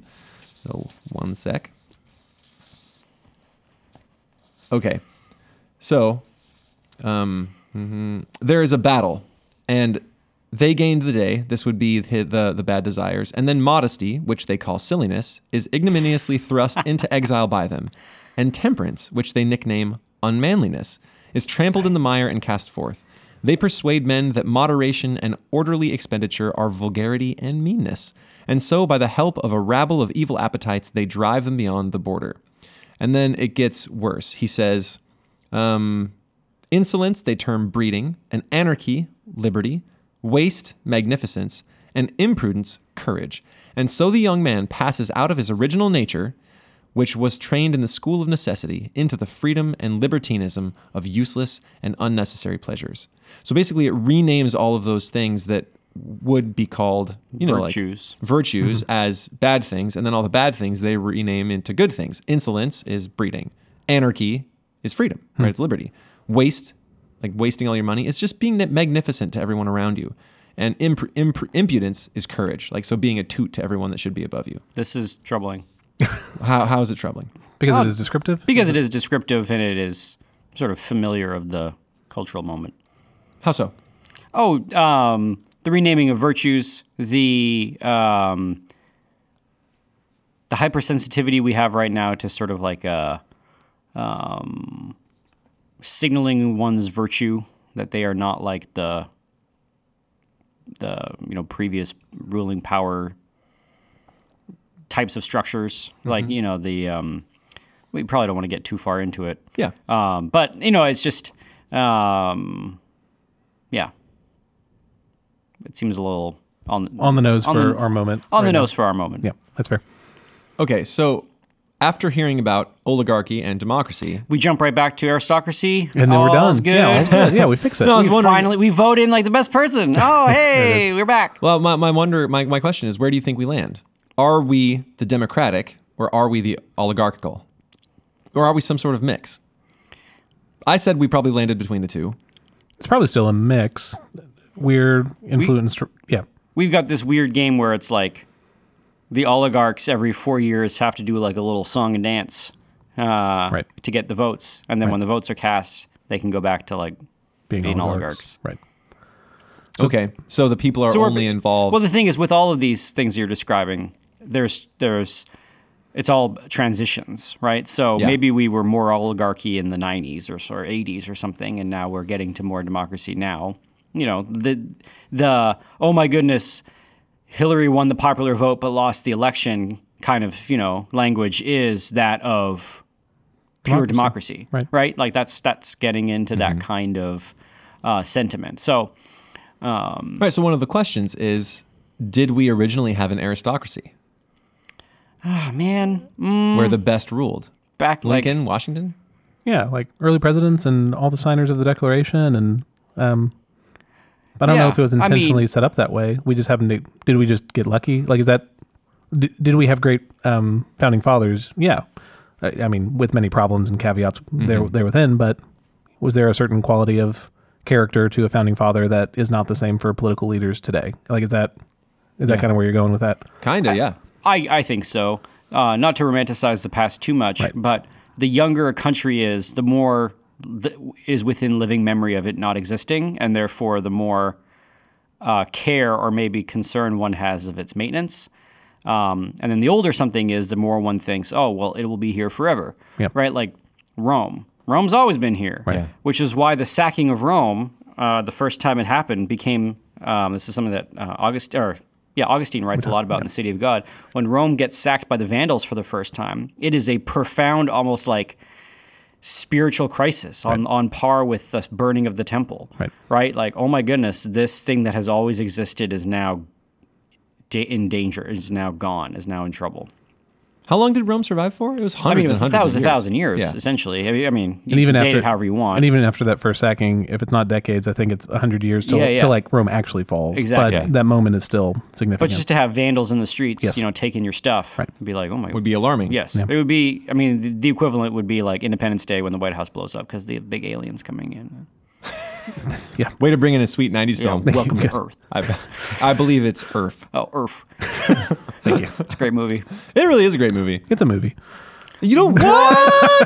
Speaker 2: So one sec. Okay, so, um, mhm. there is a battle, and they gained the day. This would be the, the the bad desires, and then modesty, which they call silliness, is ignominiously thrust into exile by them, and temperance, which they nickname unmanliness, is trampled in the mire and cast forth. They persuade men that moderation and orderly expenditure are vulgarity and meanness, and so by the help of a rabble of evil appetites, they drive them beyond the border. And then it gets worse. He says. Insolence they term breeding, and anarchy, liberty, waste, magnificence, and imprudence, courage. And so the young man passes out of his original nature, which was trained in the school of necessity, into the freedom and libertinism of useless and unnecessary pleasures. So basically, it renames all of those things that would be called, you know, like-
Speaker 1: Virtues.
Speaker 2: virtues as bad things, and then all the bad things they rename into good things. Insolence is breeding. Anarchy is freedom, right? It's liberty. Waste, like wasting all your money, is just being magnificent to everyone around you. And imp- imp- impudence is courage, like so being a toot to everyone that should be above you.
Speaker 1: this is troubling
Speaker 2: How, how is it troubling?
Speaker 3: because
Speaker 1: Ah.
Speaker 3: it is descriptive.
Speaker 1: because it is descriptive and it is sort of familiar of the cultural moment.
Speaker 2: How so?
Speaker 1: Oh, um, the renaming of virtues, the um, the hypersensitivity we have right now to sort of like uh um, signaling one's virtue that they are not like the the you know previous ruling power types of structures, like you know the. Um, we probably don't want to get too far into it.
Speaker 2: Yeah.
Speaker 1: Um, but you know, it's just, um, yeah, it seems a little on
Speaker 3: on the nose
Speaker 1: On
Speaker 3: for
Speaker 1: the-
Speaker 3: our moment.
Speaker 1: on
Speaker 3: right
Speaker 1: the
Speaker 3: now.
Speaker 1: nose for our moment.
Speaker 3: Yeah, that's fair.
Speaker 2: Okay, so after hearing about oligarchy and democracy,
Speaker 1: We jump right back to aristocracy,
Speaker 3: And then we're done.
Speaker 1: All's Good.
Speaker 3: Yeah, all's good. Yeah, we fix it.
Speaker 2: No, I was
Speaker 1: we
Speaker 2: wondering-
Speaker 1: finally we vote in like the best person. Oh, hey, we're back.
Speaker 2: well, my, my wonder, my, my question is, where do you think we land? Are we the democratic, or are we the oligarchical, or are we some sort of mix? I said we probably landed between the two.
Speaker 3: it's probably still a mix. Weird influence. yeah.
Speaker 1: We've got this weird game where it's like the oligarchs every four years have to do like a little song and dance uh,
Speaker 3: Right.
Speaker 1: to get the votes, and then when the votes are cast, they can go back to like being, oligarchs.
Speaker 3: Right.
Speaker 2: Okay, so the people are
Speaker 1: So we're-
Speaker 2: only involved.
Speaker 1: Well, the thing is, with all of these things you're describing, there's there's it's all transitions, right? So
Speaker 2: Yeah.
Speaker 1: maybe we were more oligarchy in the '90s or, or '80s or something, and now we're getting to more democracy now. You know, the the oh my goodness, Hillary won the popular vote but lost the election kind of you know language is that of pure democracy,
Speaker 3: Right.
Speaker 1: Right? Like that's that's getting into that kind of uh, sentiment. So.
Speaker 2: All right, so one of the questions is, did we originally have an aristocracy
Speaker 1: Oh, man,
Speaker 2: where the best ruled?
Speaker 1: back Mm. like
Speaker 2: Lincoln, Washington.
Speaker 3: Yeah, like early presidents and all the signers of the Declaration, and um, I don't know
Speaker 1: Yeah,
Speaker 3: if it was
Speaker 1: I mean-
Speaker 3: intentionally set up that way. We just happened to. Did we just get lucky? Like, is that? Did, did we have great um, founding fathers? Yeah, I, I mean, with many problems and caveats
Speaker 1: Mm-hmm.
Speaker 3: there there within, but was there a certain quality of character to a founding father that is not the same for political leaders today? Like, is that is that kind of where you're going with that?
Speaker 2: Kinda, yeah.
Speaker 1: I, I think so. Uh, not to romanticize the past too much, but the younger a country is, the more th- is within living memory of it not existing, and therefore the more uh, care or maybe concern one has of its maintenance. Um, and then the older something is, the more one thinks, oh, well, it will be here forever.
Speaker 3: Yep.
Speaker 1: Right? Like Rome. Rome's always been here,
Speaker 2: Yeah.
Speaker 1: which is why the sacking of Rome, uh, the first time it happened, became um, this is something that uh, August or yeah, Augustine writes a lot about in the City of God. When Rome gets sacked by the Vandals for the first time, it is a profound, almost like spiritual crisis on, on par with the burning of the temple
Speaker 3: Right.
Speaker 1: like oh my goodness this thing that has always existed is now da- in danger is now gone is now in trouble
Speaker 2: How long did Rome survive for? It was
Speaker 1: i mean
Speaker 2: hundreds.
Speaker 1: it was a
Speaker 2: and hundreds
Speaker 1: thousand,
Speaker 2: of
Speaker 1: a thousand years
Speaker 2: Yeah.
Speaker 1: essentially I mean- i mean you
Speaker 3: and even
Speaker 1: can
Speaker 3: after
Speaker 1: date it however you want
Speaker 3: and even after that first sacking if it's not decades i think it's 100 years till,
Speaker 1: Yeah, yeah.
Speaker 3: till like rome actually falls
Speaker 1: Exactly.
Speaker 3: but that moment is still significant
Speaker 1: but just to have vandals in the streets
Speaker 3: Yes.
Speaker 1: you know taking your stuff
Speaker 3: Right.
Speaker 1: would be like oh my
Speaker 2: Would be alarming.
Speaker 1: yes it would be i mean the, the equivalent would be like independence day when the white house blows up because the big aliens coming in
Speaker 2: Way to bring in a sweet '90s film.
Speaker 1: welcome to earth
Speaker 2: I, I believe it's Earth.
Speaker 1: oh earth
Speaker 3: thank you
Speaker 1: it's a great movie
Speaker 2: It really is a great movie.
Speaker 3: it's a movie
Speaker 2: You know what?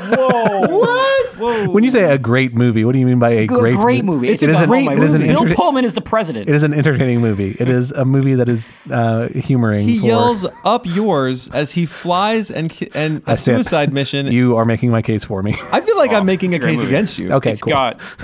Speaker 1: whoa
Speaker 2: what?
Speaker 1: whoa
Speaker 3: when you say a great movie what do you mean by a
Speaker 1: Good,
Speaker 3: great,
Speaker 1: great,
Speaker 3: mo-
Speaker 1: movie. It's
Speaker 3: it
Speaker 1: a
Speaker 3: is an-
Speaker 1: great
Speaker 3: it
Speaker 1: movie.
Speaker 3: is an
Speaker 1: Bill
Speaker 3: inter-
Speaker 1: Pullman is the president.
Speaker 3: it is an entertaining movie it is a movie that is uh humoring
Speaker 2: He
Speaker 3: for-
Speaker 2: yells up yours as he flies and ki- and a
Speaker 3: That's it.
Speaker 2: suicide mission.
Speaker 3: you are making my case for me
Speaker 2: I feel like I'm making a
Speaker 1: great
Speaker 2: case
Speaker 1: movie.
Speaker 2: against you.
Speaker 3: okay
Speaker 1: Oh, It's
Speaker 3: cool
Speaker 1: got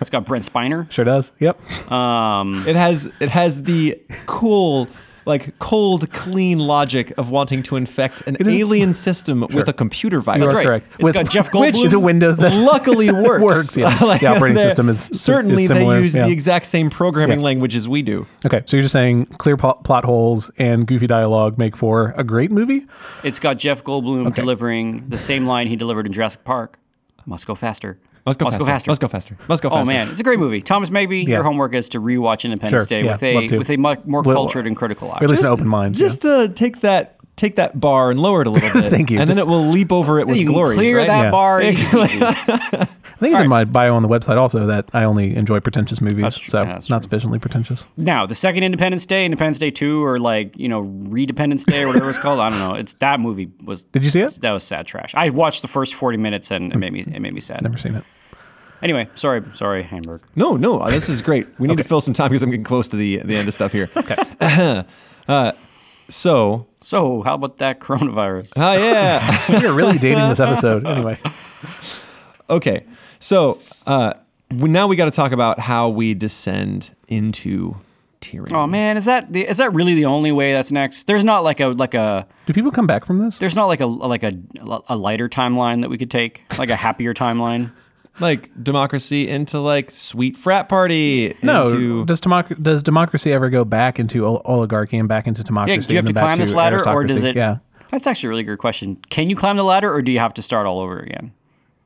Speaker 1: it's got Brent Spiner.
Speaker 3: sure does yep
Speaker 1: Um,
Speaker 2: It has it has the cool, like cold, clean logic of wanting to infect an
Speaker 3: is-
Speaker 2: alien system with a computer virus.
Speaker 3: you are
Speaker 1: right.
Speaker 3: correct
Speaker 1: It's got Jeff
Speaker 3: which
Speaker 1: Goldblum.
Speaker 3: is a windows that
Speaker 2: Luckily works.
Speaker 3: Works, yeah. The operating
Speaker 2: they're-
Speaker 3: system is- is
Speaker 2: certainly
Speaker 3: similar,
Speaker 2: they use
Speaker 3: yeah.
Speaker 2: the exact same programming
Speaker 3: Yeah.
Speaker 2: language as we do.
Speaker 3: okay so you're just saying clear plot, plot holes and goofy dialogue make for a great movie
Speaker 1: it's got Jeff Goldblum delivering the same line he delivered in Jurassic Park. Must go faster.
Speaker 2: Must go faster. Must go faster. Must go
Speaker 1: Oh
Speaker 2: faster.
Speaker 1: man, it's a great movie. Thomas, maybe
Speaker 3: Yeah.
Speaker 1: your homework is to rewatch Independence
Speaker 3: Sure,
Speaker 1: Day
Speaker 3: yeah,
Speaker 1: with
Speaker 3: love
Speaker 1: a
Speaker 3: to.
Speaker 1: with a mu- more
Speaker 3: Well,
Speaker 1: cultured and critical eye.
Speaker 3: or at least an open mind yeah.
Speaker 2: Just uh, take that take that bar and lower it a little bit.
Speaker 3: Thank you.
Speaker 2: And then
Speaker 3: Just-
Speaker 2: it will leap over it with
Speaker 1: you can
Speaker 2: glory.
Speaker 1: clear
Speaker 2: right?
Speaker 1: that
Speaker 3: Yeah.
Speaker 1: bar. easy peasy.
Speaker 3: I think it's in my bio on the website also that I only enjoy pretentious movies,
Speaker 1: That's true.
Speaker 3: so
Speaker 1: Yeah, that's
Speaker 3: not
Speaker 1: true.
Speaker 3: sufficiently pretentious.
Speaker 1: now, the second Independence Day, Independence Day Two, or like you know Redependence Day or whatever it's called. I don't know. It's that movie was
Speaker 3: Did you see it?
Speaker 1: that was sad trash. I watched the first forty minutes and it made me it made me sad.
Speaker 3: Never seen it.
Speaker 1: Anyway, sorry, sorry, Hamburg.
Speaker 2: No, no, uh, this is great. We need to fill some time because I'm getting close to the the end of stuff here. okay. so,
Speaker 1: So, how about that coronavirus?
Speaker 2: oh yeah.
Speaker 3: We are really dating this episode. Anyway,
Speaker 2: Okay. So uh, w- now we got to talk about how we descend into tyranny.
Speaker 1: Oh man, is that the, is that really the only way that's next? There's not like a like a
Speaker 3: Do people come back from this?
Speaker 1: there's not like a like a a lighter timeline that we could take, like a happier timeline.
Speaker 2: Like democracy into like sweet frat party.
Speaker 3: No.
Speaker 2: into-
Speaker 3: does, democ- does democracy ever go back into ol- oligarchy and back into democracy?
Speaker 1: Yeah, do you have to
Speaker 3: and then back
Speaker 1: climb this ladder, or does
Speaker 3: aristocracy?
Speaker 1: it?
Speaker 3: Yeah.
Speaker 1: that's actually a really good question. Can you climb the ladder, or do you have to start all over again?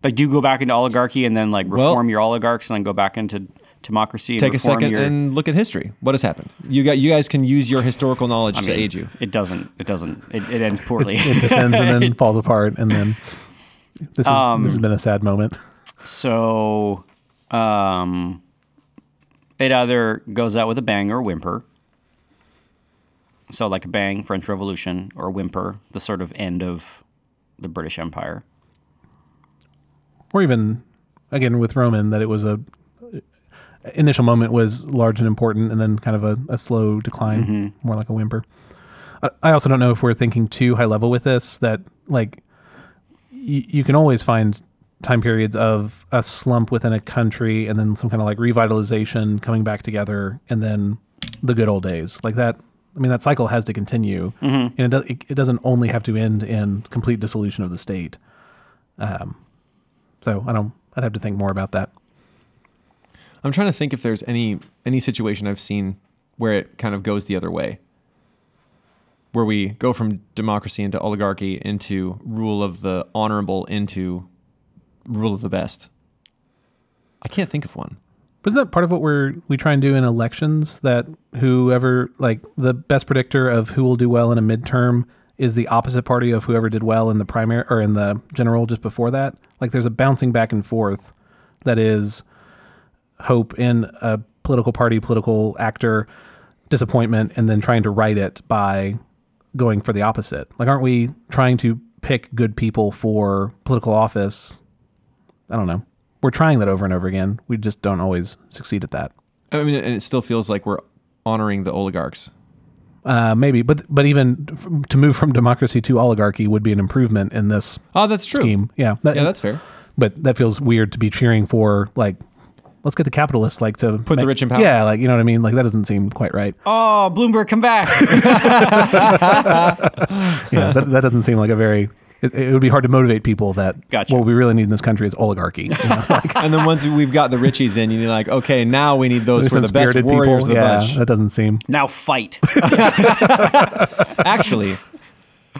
Speaker 1: Like, do you go back into oligarchy and then like reform your oligarchs and then go back into democracy? And
Speaker 2: Take a
Speaker 1: reform
Speaker 2: second
Speaker 1: your,
Speaker 2: and look at history. What has happened? You got you guys can use your historical knowledge to
Speaker 1: mean,
Speaker 2: aid you.
Speaker 1: It doesn't. It doesn't. It, it ends poorly.
Speaker 3: It descends and then falls apart, and then this is
Speaker 1: Um,
Speaker 3: this has been a sad moment.
Speaker 1: so, um, it either goes out with a bang or a whimper. So, like a bang, French Revolution, or a whimper, the sort of end of the British Empire.
Speaker 3: or even again with Roman that it was a initial moment was large and important and then kind of a, a slow decline more like a whimper I, I also don't know if we're thinking too high level with this that like y- you can always find time periods of a slump within a country and then some kind of like revitalization coming back together and then the good old days like that i mean that cycle has to continue and it, do, it, it doesn't only have to end in complete dissolution of the state Um, so I don't. I'd have to think more about that.
Speaker 2: I'm trying to think if there's any any situation I've seen where it kind of goes the other way, where we go from democracy into oligarchy into rule of the honorable into rule of the best. I can't think of one.
Speaker 3: But isn't that part of what we're we try and do in elections? That whoever like the best predictor of who will do well in a midterm is the opposite party of whoever did well in the primary or in the general just before that. Like there's a bouncing back and forth that is hope in a political party, political actor, disappointment, and then trying to right it by going for the opposite. Like aren't we trying to pick good people for political office? I don't know. We're trying that over and over again. We just don't always succeed at that.
Speaker 2: I mean, and it still feels like we're honoring the oligarchs.
Speaker 3: Uh, maybe, but but even f- to move from democracy to oligarchy would be an improvement in this
Speaker 2: Oh, that's true.
Speaker 3: scheme. Yeah, that-
Speaker 2: Yeah, that's fair.
Speaker 3: but that feels weird to be cheering for. Like, let's get the capitalists like to put
Speaker 2: the rich in power.
Speaker 3: Yeah, like you know what I mean. Like that doesn't seem quite right.
Speaker 1: Oh, Bloomberg, come back!
Speaker 3: Yeah, that, that doesn't seem like a very. It, it would be hard to motivate people that
Speaker 1: Gotcha.
Speaker 3: what we really need in this country is oligarchy. you know? Like,
Speaker 2: and then once we've got the richies in, you're like, okay, now we need those for
Speaker 3: some
Speaker 2: the best
Speaker 3: spirited
Speaker 2: warriors of the
Speaker 3: yeah,
Speaker 2: bunch.
Speaker 3: that doesn't seem.
Speaker 1: now fight.
Speaker 2: Actually,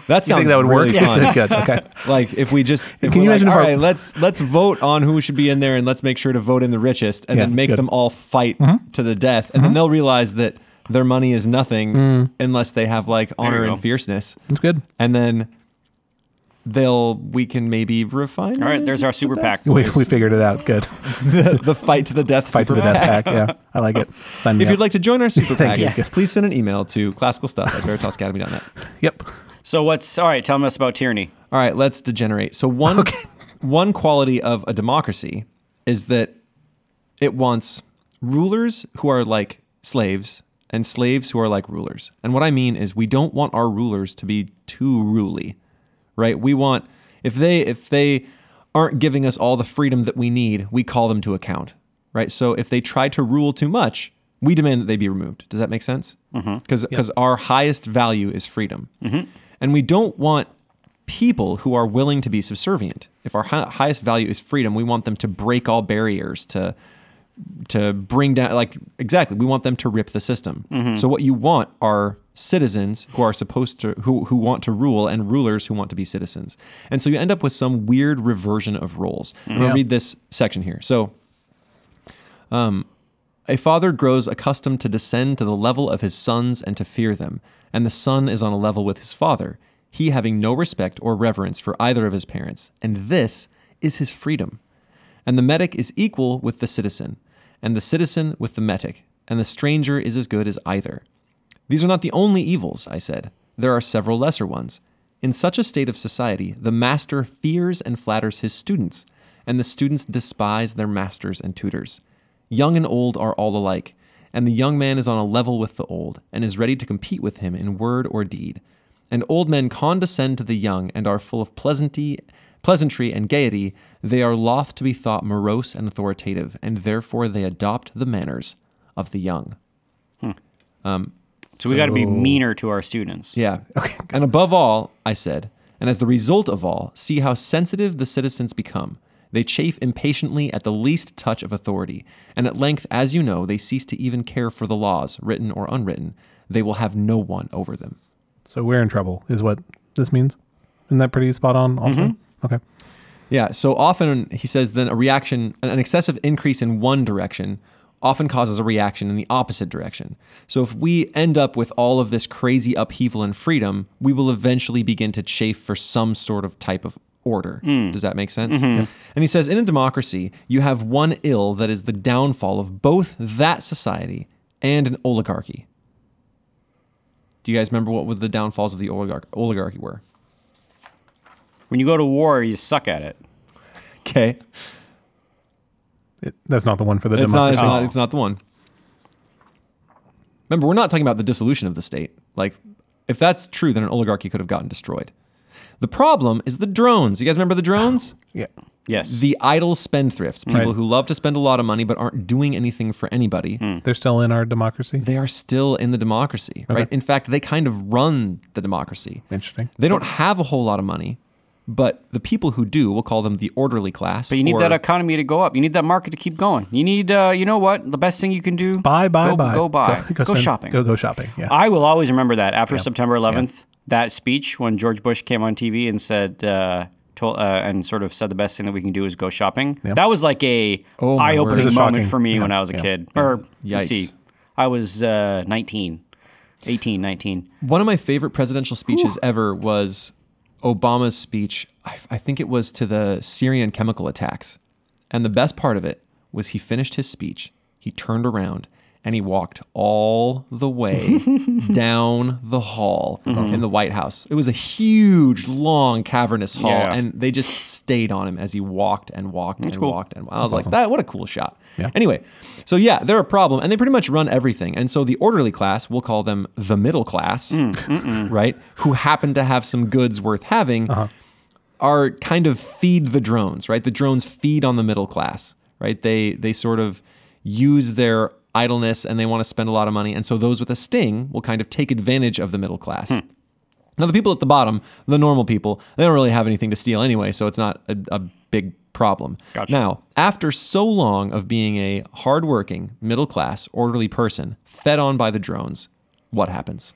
Speaker 2: that sounds
Speaker 3: I think that would
Speaker 2: really
Speaker 3: work.
Speaker 2: fun.
Speaker 3: Good. Okay.
Speaker 2: Like if we just if
Speaker 3: Can
Speaker 2: we're
Speaker 3: you
Speaker 2: like,
Speaker 3: imagine if
Speaker 2: all
Speaker 3: our-
Speaker 2: right, let's let's vote on who should be in there and let's make sure to vote in the richest and
Speaker 3: Yeah,
Speaker 2: then make
Speaker 3: good. Mm-hmm.
Speaker 2: them all fight to the death and then they'll realize that their money is nothing
Speaker 3: Mm.
Speaker 2: unless they have like honor
Speaker 1: you
Speaker 2: and
Speaker 1: go.
Speaker 2: fierceness.
Speaker 3: That's good.
Speaker 2: And then they'll we can maybe refine
Speaker 1: All right,
Speaker 2: it
Speaker 1: there's our
Speaker 2: to
Speaker 1: super
Speaker 2: the
Speaker 1: PAC.
Speaker 2: best.
Speaker 3: We, we figured it out. Good.
Speaker 2: the, the fight to the death
Speaker 3: Fight to
Speaker 2: super
Speaker 3: the death
Speaker 2: PAC.
Speaker 3: pack. Yeah, I like it. Sign me
Speaker 2: If
Speaker 3: up.
Speaker 2: you'd like to join our super PAC,
Speaker 3: you.
Speaker 2: please send an email to classicalstuff at veritasacademy.net.
Speaker 3: Yep.
Speaker 1: So what's all right? Tell us about tyranny.
Speaker 2: All right, let's degenerate. So one one quality of a democracy is that it wants rulers who are like slaves and slaves who are like rulers. And what I mean is we don't want our rulers to be too ruly, right? We want if they if they aren't giving us all the freedom that we need, we call them to account, right? So if they try to rule too much, we demand that they be removed. Does that make sense? Because our highest value is freedom, and we don't want people who are willing to be subservient. If our hi- highest value is freedom, we want them to break all barriers to to bring down like exactly we want them to rip the system so what you want are citizens who are supposed to who who want to rule and rulers who want to be citizens and so you end up with some weird reversion of roles i'm going
Speaker 3: Yeah.
Speaker 2: to read this section here so a father grows accustomed to descend to the level of his sons and to fear them, and the son is on a level with his father, he having no respect or reverence for either of his parents, and this is his freedom. And the metic is equal with the citizen, and the citizen with the metic, and the stranger is as good as either. These are not the only evils, I said. There are several lesser ones. In such a state of society, the master fears and flatters his students, and the students despise their masters and tutors. Young and old are all alike, and the young man is on a level with the old, and is ready to compete with him in word or deed. And old men condescend to the young, and are full of pleasantry, pleasantry and gaiety. They are loth to be thought morose and authoritative, and therefore they adopt the manners of the young.
Speaker 1: So, we got to be
Speaker 3: So-
Speaker 1: meaner to our students.
Speaker 2: Yeah. Okay. And above all, I said, and as the result of all, see how sensitive the citizens become. They chafe impatiently at the least touch of authority, and at length, as you know, they cease to even care for the laws, written or unwritten. They will have no one over them.
Speaker 3: So we're in trouble, is what this means. Isn't that pretty spot on? Also,
Speaker 2: Mm-hmm.
Speaker 3: okay.
Speaker 2: Yeah. So often he says then a reaction, an an excessive increase in one direction often causes a reaction in the opposite direction. So if we end up with all of this crazy upheaval and freedom, we will eventually begin to chafe for some sort of type of order. Does that make sense? And he says in a democracy, you have one ill that is the downfall of both that society and an oligarchy. Do you guys remember what were the downfalls of the oligarch- oligarchy were?
Speaker 1: When you go to war, you suck at it.
Speaker 2: Okay.
Speaker 3: It, that's not the one for the
Speaker 2: It's not,
Speaker 3: democracy.
Speaker 2: it's not. It's not the one. Remember, we're not talking about the dissolution of the state. Like, if that's true, then an oligarchy could have gotten destroyed. The problem is the drones. You guys remember the drones?
Speaker 3: yeah.
Speaker 1: Yes.
Speaker 2: the idle spendthrifts, people
Speaker 3: Right.
Speaker 2: who love to spend a lot of money but aren't doing anything for anybody.
Speaker 1: Hmm.
Speaker 3: They're still in our democracy.
Speaker 2: Hmm. They are still in the democracy, right? In fact, they kind of run the democracy.
Speaker 3: Interesting.
Speaker 2: They don't have a whole lot of money, but the people who do, we'll call them the orderly class.
Speaker 1: but you need
Speaker 2: or-
Speaker 1: that economy to go up. You need that market to keep going. You need, uh, you know what? The best thing you can do.
Speaker 3: Buy, buy,
Speaker 1: go,
Speaker 3: buy.
Speaker 1: Go buy. Go,
Speaker 3: spend-
Speaker 1: shopping.
Speaker 3: Go, go shopping. Yeah.
Speaker 1: I will always remember that after September 11th, that speech when George Bush came on TV and said, uh, told, uh, and sort of said the best thing that we can do is go shopping. That was like a
Speaker 2: Oh, my word. It
Speaker 1: eye-opening
Speaker 2: was
Speaker 1: moment
Speaker 3: shocking.
Speaker 1: for me
Speaker 3: Yeah,
Speaker 1: when I was a
Speaker 3: yeah,
Speaker 1: kid. Or you
Speaker 2: Yikes.
Speaker 1: see, I was uh, 19, 18, 19.
Speaker 2: One of my favorite presidential speeches ever was Obama's speech. I, I think it was to the Syrian chemical attacks. And the best part of it was he finished his speech, he turned around, and he walked all the way down the hall in the White House. It was a huge, long, cavernous hall,
Speaker 1: Yeah.
Speaker 2: and they just stayed on him as he walked and walked and
Speaker 1: cool.
Speaker 2: walked. And I was like, that, what a cool shot. Anyway, so yeah, they're a problem, and they pretty much run everything. And so the orderly class, we'll call them the middle class,
Speaker 1: Mm,
Speaker 2: right? Who happen to have some goods worth having,
Speaker 1: Uh-huh.
Speaker 2: are kind of feed the drones, right? The drones feed on the middle class, right? They they sort of use their idleness and they want to spend a lot of money, and so those with a sting will kind of take advantage of the middle class.
Speaker 1: Hmm.
Speaker 2: Now, the people at the bottom, the normal people, they don't really have anything to steal anyway, so it's not a, a big problem.
Speaker 1: Gotcha.
Speaker 2: Now, after so long of being a hardworking, middle class, orderly person, fed on by the drones, what happens?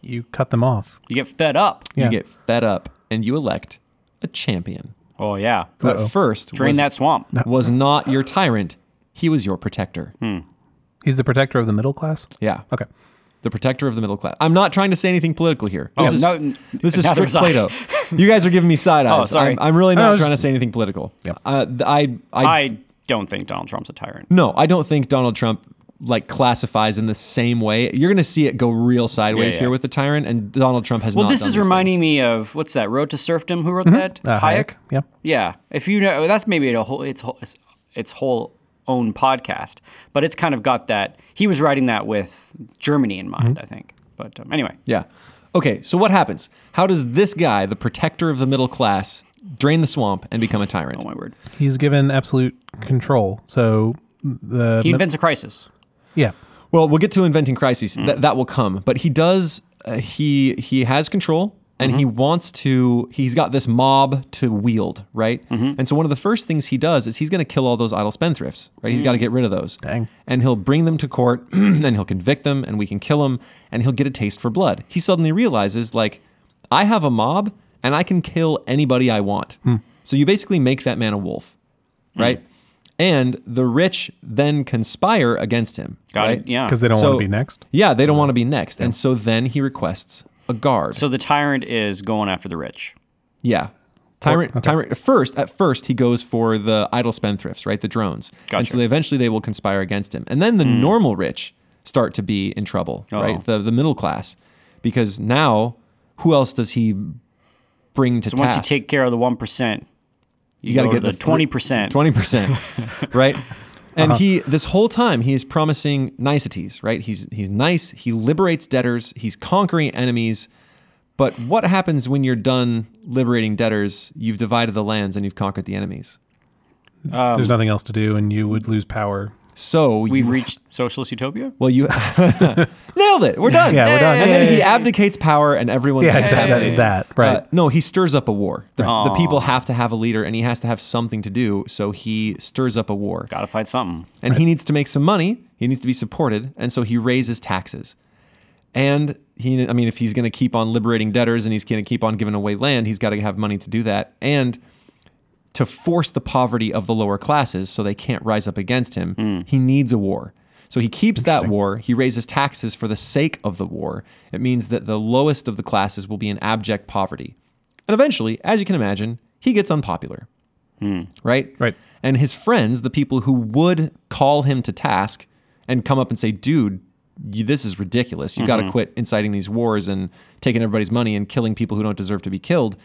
Speaker 3: you cut them off.
Speaker 1: You get fed up.
Speaker 3: Yeah.
Speaker 2: You get fed up and you elect a champion
Speaker 1: Oh, yeah.
Speaker 2: who
Speaker 3: Uh-oh.
Speaker 2: at first
Speaker 1: Drain
Speaker 2: was,
Speaker 1: that Hmm. swamp.
Speaker 2: was not your tyrant, he was your protector.
Speaker 3: He's the protector of the middle class.
Speaker 2: Yeah.
Speaker 3: Okay.
Speaker 2: the protector of the middle class. I'm not trying to say anything political here. This
Speaker 1: Oh,
Speaker 2: is,
Speaker 1: no, n-
Speaker 2: this is
Speaker 1: neither
Speaker 2: strict
Speaker 1: was I. Oh,
Speaker 2: Plato. you guys are giving me side eyes.
Speaker 1: sorry.
Speaker 2: I'm, I'm really
Speaker 3: No, I
Speaker 2: not
Speaker 3: was
Speaker 2: trying
Speaker 3: just-
Speaker 2: to say anything political.
Speaker 3: Yep.
Speaker 2: Uh, th- I, I,
Speaker 1: I don't think Donald Trump's a tyrant.
Speaker 2: no, I don't think Donald Trump like classifies in the same way. You're going to see it go real sideways
Speaker 1: yeah.
Speaker 2: here with the tyrant, and Donald Trump has
Speaker 1: Well,
Speaker 2: not.
Speaker 1: this
Speaker 2: done
Speaker 1: is
Speaker 2: these
Speaker 1: reminding
Speaker 2: things.
Speaker 1: me of what's that? Road to Serfdom. Who
Speaker 2: Mm-hmm.
Speaker 1: wrote that?
Speaker 3: Uh, Yeah.
Speaker 1: Yeah, if you know, that's maybe a whole its whole its, its whole own podcast, but it's kind of got that. He was writing that with Germany in mind,
Speaker 3: Mm-hmm.
Speaker 1: I think. But um, anyway,
Speaker 2: Yeah. Okay, so what happens? How does this guy, the protector of the middle class, drain the swamp and become a tyrant?
Speaker 1: oh my word,
Speaker 3: He's given absolute control. So the
Speaker 1: he invents a crisis.
Speaker 3: yeah.
Speaker 2: Well, we'll get to inventing crises.
Speaker 1: Mm.
Speaker 2: That that will come, but he does. Uh, he he has control, and he
Speaker 1: Mm-hmm.
Speaker 2: wants to. He's got this mob to wield, right?
Speaker 1: Mm-hmm.
Speaker 2: And so one of the first things he does is he's going to kill all those idle spendthrifts, right? He's got
Speaker 1: Mm.
Speaker 2: to get rid of those,
Speaker 3: Dang.
Speaker 2: and he'll bring them to court, and he'll convict them, and we can kill them, and he'll get a taste for blood. He suddenly realizes, like, I have a mob, and I can kill anybody I want.
Speaker 1: Hmm.
Speaker 2: So you basically make that man a wolf, right? And the rich then conspire against him.
Speaker 1: Got
Speaker 2: right?
Speaker 1: it? Yeah.
Speaker 3: Because they don't want
Speaker 2: Ah. So-
Speaker 3: to be next.
Speaker 2: Yeah, they don't want to be next. And so then he requests a guard.
Speaker 1: Mm-hmm. So the tyrant is going after the rich.
Speaker 2: yeah. Tyrant, tyrant. First, at first, he goes for the idle spendthrifts, right? The drones. And
Speaker 1: Gotcha. Mm.
Speaker 2: so they, eventually they will conspire against him. And then the normal rich start to be in trouble,
Speaker 1: Oh.
Speaker 2: right? The, the middle class. Because now, who else does he bring to
Speaker 1: So once
Speaker 2: task?
Speaker 3: Ah.
Speaker 1: you take care of the one percent, you, got to get the twenty percent.
Speaker 2: Twenty percent, right? And
Speaker 3: Uh-huh.
Speaker 2: he, this whole time, he is promising niceties, right? He's he's nice. He liberates debtors. He's conquering enemies. But what happens when you're done liberating debtors? You've divided the lands and you've conquered the enemies.
Speaker 3: There's nothing else to do, and you would lose power.
Speaker 2: So
Speaker 1: We've
Speaker 3: Mm.
Speaker 2: you,
Speaker 1: reached socialist utopia.
Speaker 2: well, you nailed it. We're done.
Speaker 3: Yeah, we're done.
Speaker 2: And then
Speaker 3: Yay.
Speaker 2: he abdicates power, and everyone.
Speaker 3: Yeah,
Speaker 2: becomes
Speaker 3: exactly.
Speaker 2: happy.
Speaker 3: That, right.
Speaker 2: Uh, no, he stirs up a war. The,
Speaker 1: Right.
Speaker 2: the people have to have a leader, and he has to have something to do. So he stirs up a war,
Speaker 1: Got to fight something.
Speaker 2: and he needs to make some money. He needs to be supported, and so he raises taxes. And he, I mean, if he's going to keep on liberating debtors and he's going to keep on giving away land, he's got to have money to do that. And to force the poverty of the lower classes so they can't rise up against him, he needs a war. So he keeps that war. He raises taxes for the sake of the war. It means that the lowest of the classes will be in abject poverty. And eventually, as you can imagine, he gets unpopular. Right?
Speaker 3: Right.
Speaker 2: And his friends, the people who would call him to task and come up and say, dude, you, this is ridiculous. You got to quit inciting these wars and taking everybody's money and killing people who don't deserve to be killed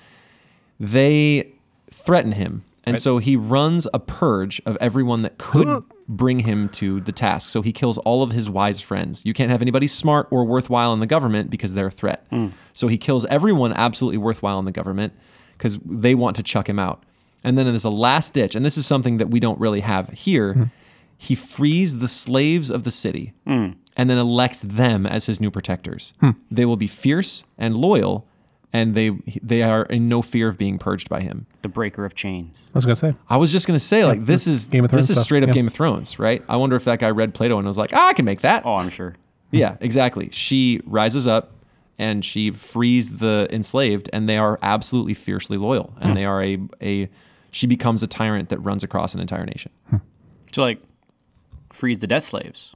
Speaker 2: they threaten him. And so he runs a purge of everyone that could bring him to the task. So he kills all of his wise friends. You can't have anybody smart or worthwhile in the government because they're a threat. So he kills everyone absolutely worthwhile in the government because they want to chuck him out. And then there's a last ditch, and this is something that we don't really have here. He frees the slaves of the city and then elects them as his new protectors. They will be fierce and loyal, and they they are in no fear of being purged by him.
Speaker 1: The breaker of chains.
Speaker 3: I was gonna say.
Speaker 2: I was just gonna say like
Speaker 1: mm,
Speaker 2: this is
Speaker 3: Game of Thrones
Speaker 2: this is
Speaker 3: stuff,
Speaker 2: straight up
Speaker 3: yeah.
Speaker 2: Game of Thrones, right? I wonder if that guy read Plato and was like, ah, I can make that.
Speaker 1: Oh, I'm sure.
Speaker 2: Yeah, exactly. She rises up and she frees the enslaved, and they are absolutely fiercely loyal,
Speaker 1: Hmm.
Speaker 2: and they are a a she becomes a tyrant that runs across an entire nation.
Speaker 1: So like, freeze the debt slaves.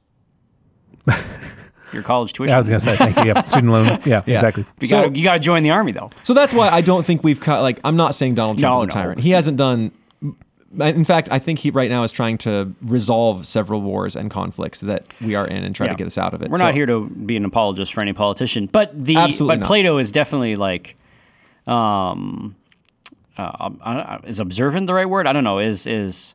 Speaker 1: Your college tuition.
Speaker 3: Yeah, I was gonna say. Thank you. Yeah, student loan. Yeah, exactly.
Speaker 1: You
Speaker 2: So-
Speaker 1: got to you got to join the army though.
Speaker 2: So that's why I don't think we've cut. Like, I'm not saying Donald Trump
Speaker 1: No,
Speaker 2: is a
Speaker 1: no.
Speaker 2: tyrant. He hasn't done. In fact, I think he right now is trying to resolve several wars and conflicts that we are in and try to
Speaker 1: Yeah.
Speaker 2: get us out of it.
Speaker 1: We're
Speaker 2: So-
Speaker 1: not here to be an apologist for any politician, but the
Speaker 2: Absolutely
Speaker 1: but
Speaker 2: not.
Speaker 1: Plato is definitely like, um, uh, I- I- is observant the right word? I don't know. Is is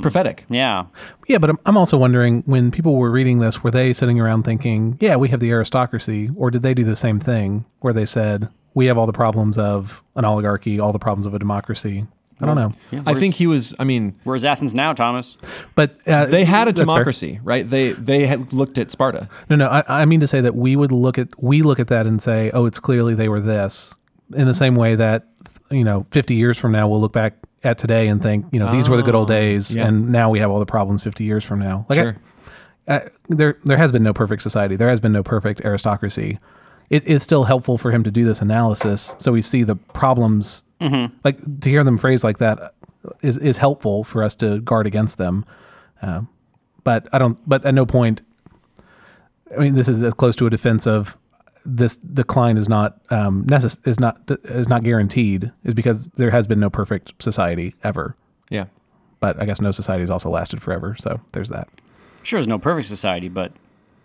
Speaker 2: prophetic.
Speaker 1: yeah.
Speaker 3: Yeah, but I'm, I'm also wondering when people were reading this, were they sitting around thinking, "Yeah, we have the aristocracy," or did they do the same thing where they said, "We have all the problems of an oligarchy, all the problems of a democracy"? I don't know,
Speaker 2: I think he was. I mean,
Speaker 1: Where's Athens now, Thomas?
Speaker 3: but uh,
Speaker 2: they had a
Speaker 3: that's fair.
Speaker 2: democracy, right? They they had looked at Sparta.
Speaker 3: No, no, I, I mean to say that we would look at we look at that and say, "Oh, it's clearly they were this," in the same way that you know, 50 years from now, we'll look back at today and think, you know, these were the good old days,
Speaker 2: Ah, yeah.
Speaker 3: and now we have all the problems 50 years from now. Like I-
Speaker 2: Sure.
Speaker 3: uh, there there has been no perfect society. There has been no perfect aristocracy. It is still helpful for him to do this analysis, so we see the problems.
Speaker 1: Mm-hmm.
Speaker 3: Like to hear them phrased like that is is helpful for us to guard against them. Uh, but I don't. But at no point. I mean, this is as close to a defense of this decline is not um, necess- is not is not guaranteed is because there has been no perfect society ever.
Speaker 2: Yeah.
Speaker 3: But I guess no society has also lasted forever. So there's that.
Speaker 1: Sure, there's no perfect society, but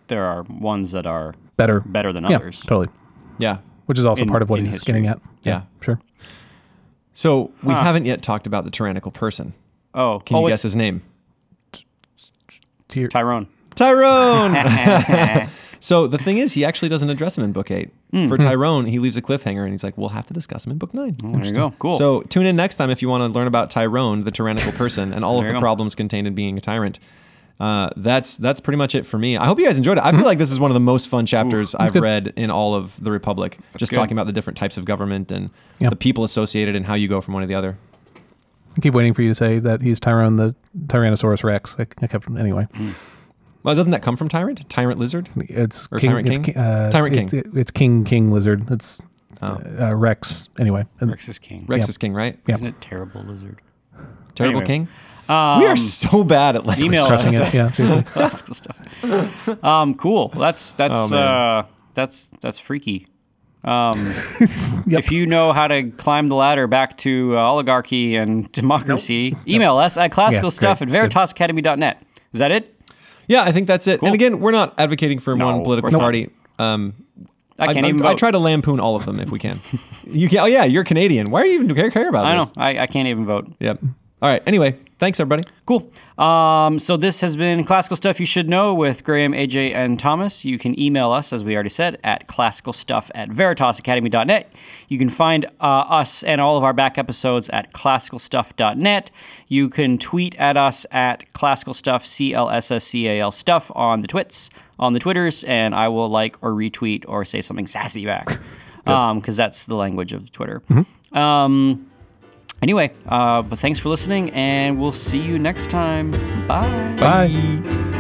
Speaker 1: there are ones that are
Speaker 3: Better,
Speaker 1: better than others.
Speaker 3: Yeah, totally.
Speaker 2: Yeah.
Speaker 3: which is also
Speaker 1: in-
Speaker 3: part of what
Speaker 1: in
Speaker 3: he's
Speaker 1: history.
Speaker 3: getting at.
Speaker 2: Yeah.
Speaker 3: sure.
Speaker 2: So we haven't yet talked about the tyrannical person.
Speaker 1: Oh,
Speaker 2: Can
Speaker 1: oh,
Speaker 2: you
Speaker 1: it's
Speaker 2: guess his name?
Speaker 3: Tyr-
Speaker 1: Tyrone.
Speaker 2: Tyrone. so the thing is, he actually doesn't address him in book eight. For Tyrone, he leaves a cliffhanger, and he's like, "We'll have to discuss him in book nine.
Speaker 1: there you go. Cool.
Speaker 2: So tune in next time if you want to learn about Tyrone, the tyrannical person, and all of
Speaker 1: There you
Speaker 2: the
Speaker 1: go.
Speaker 2: problems contained in being a tyrant. Uh, that's that's pretty much it for me. I hope you guys enjoyed it. I feel
Speaker 1: Mm-hmm.
Speaker 2: like this is one of the most fun chapters I've
Speaker 3: good.
Speaker 2: read in all of the Republic. just
Speaker 1: good.
Speaker 2: talking about the different types of government and
Speaker 3: Yeah.
Speaker 2: the people associated and how you go from one to the other.
Speaker 3: I keep waiting for you to say that he's Tyrone the Tyrannosaurus Rex. I, I kept anyway.
Speaker 2: Mm. Well, doesn't that come from tyrant? Tyrant lizard?
Speaker 3: It's
Speaker 2: Or
Speaker 3: king,
Speaker 2: Tyrant
Speaker 3: it's
Speaker 2: King?
Speaker 3: ki- uh,
Speaker 2: Tyrant
Speaker 3: it's,
Speaker 2: King. Oh.
Speaker 3: it's king king lizard. It's uh, Rex anyway. And
Speaker 1: Rex is king.
Speaker 2: Rex
Speaker 3: Yeah.
Speaker 2: is king, right?
Speaker 3: Yeah.
Speaker 1: Isn't it terrible, lizard?
Speaker 2: Terrible
Speaker 1: Anyway. um,
Speaker 2: king. we are so bad at language.
Speaker 1: Email us.
Speaker 3: Crushing it. Yeah, seriously.
Speaker 1: classical stuff. Um, cool. That's that's
Speaker 2: Oh, man.
Speaker 1: uh, that's that's freaky. Um, If you know how to climb the ladder back to uh, oligarchy and democracy, email us at classical stuff at
Speaker 3: great,
Speaker 1: veritasacademy.net. Is that it?
Speaker 2: Yeah, I think that's it. And again, we're not advocating for
Speaker 1: No,
Speaker 2: one
Speaker 1: of
Speaker 2: political
Speaker 1: course not.
Speaker 2: party. Um,
Speaker 1: I can't
Speaker 2: I,
Speaker 1: even
Speaker 2: I,
Speaker 1: vote.
Speaker 2: try to lampoon all of them if we can. you can. Oh yeah, you're Canadian. Why are you even care, care about
Speaker 1: I
Speaker 2: this?
Speaker 1: know. I, I can't even vote.
Speaker 2: Yep. All right. Anyway, Thanks, everybody.
Speaker 1: Cool. Um, so this has been Classical Stuff You Should Know with Graham, AJ, and Thomas. You can email us, as we already said, at classicalstuff at veritasacademy.net. You can find uh, us and all of our back episodes at classicalstuff.net. You can tweet at us at classicalstuff, C-L-S-S-C-A-L stuff on the twits, on the Twitters, and I will like or retweet or say something sassy back because that's the language of Twitter. Um, Anyway, uh, but thanks for listening, and we'll see you next time. Bye.
Speaker 3: Bye.
Speaker 2: Bye.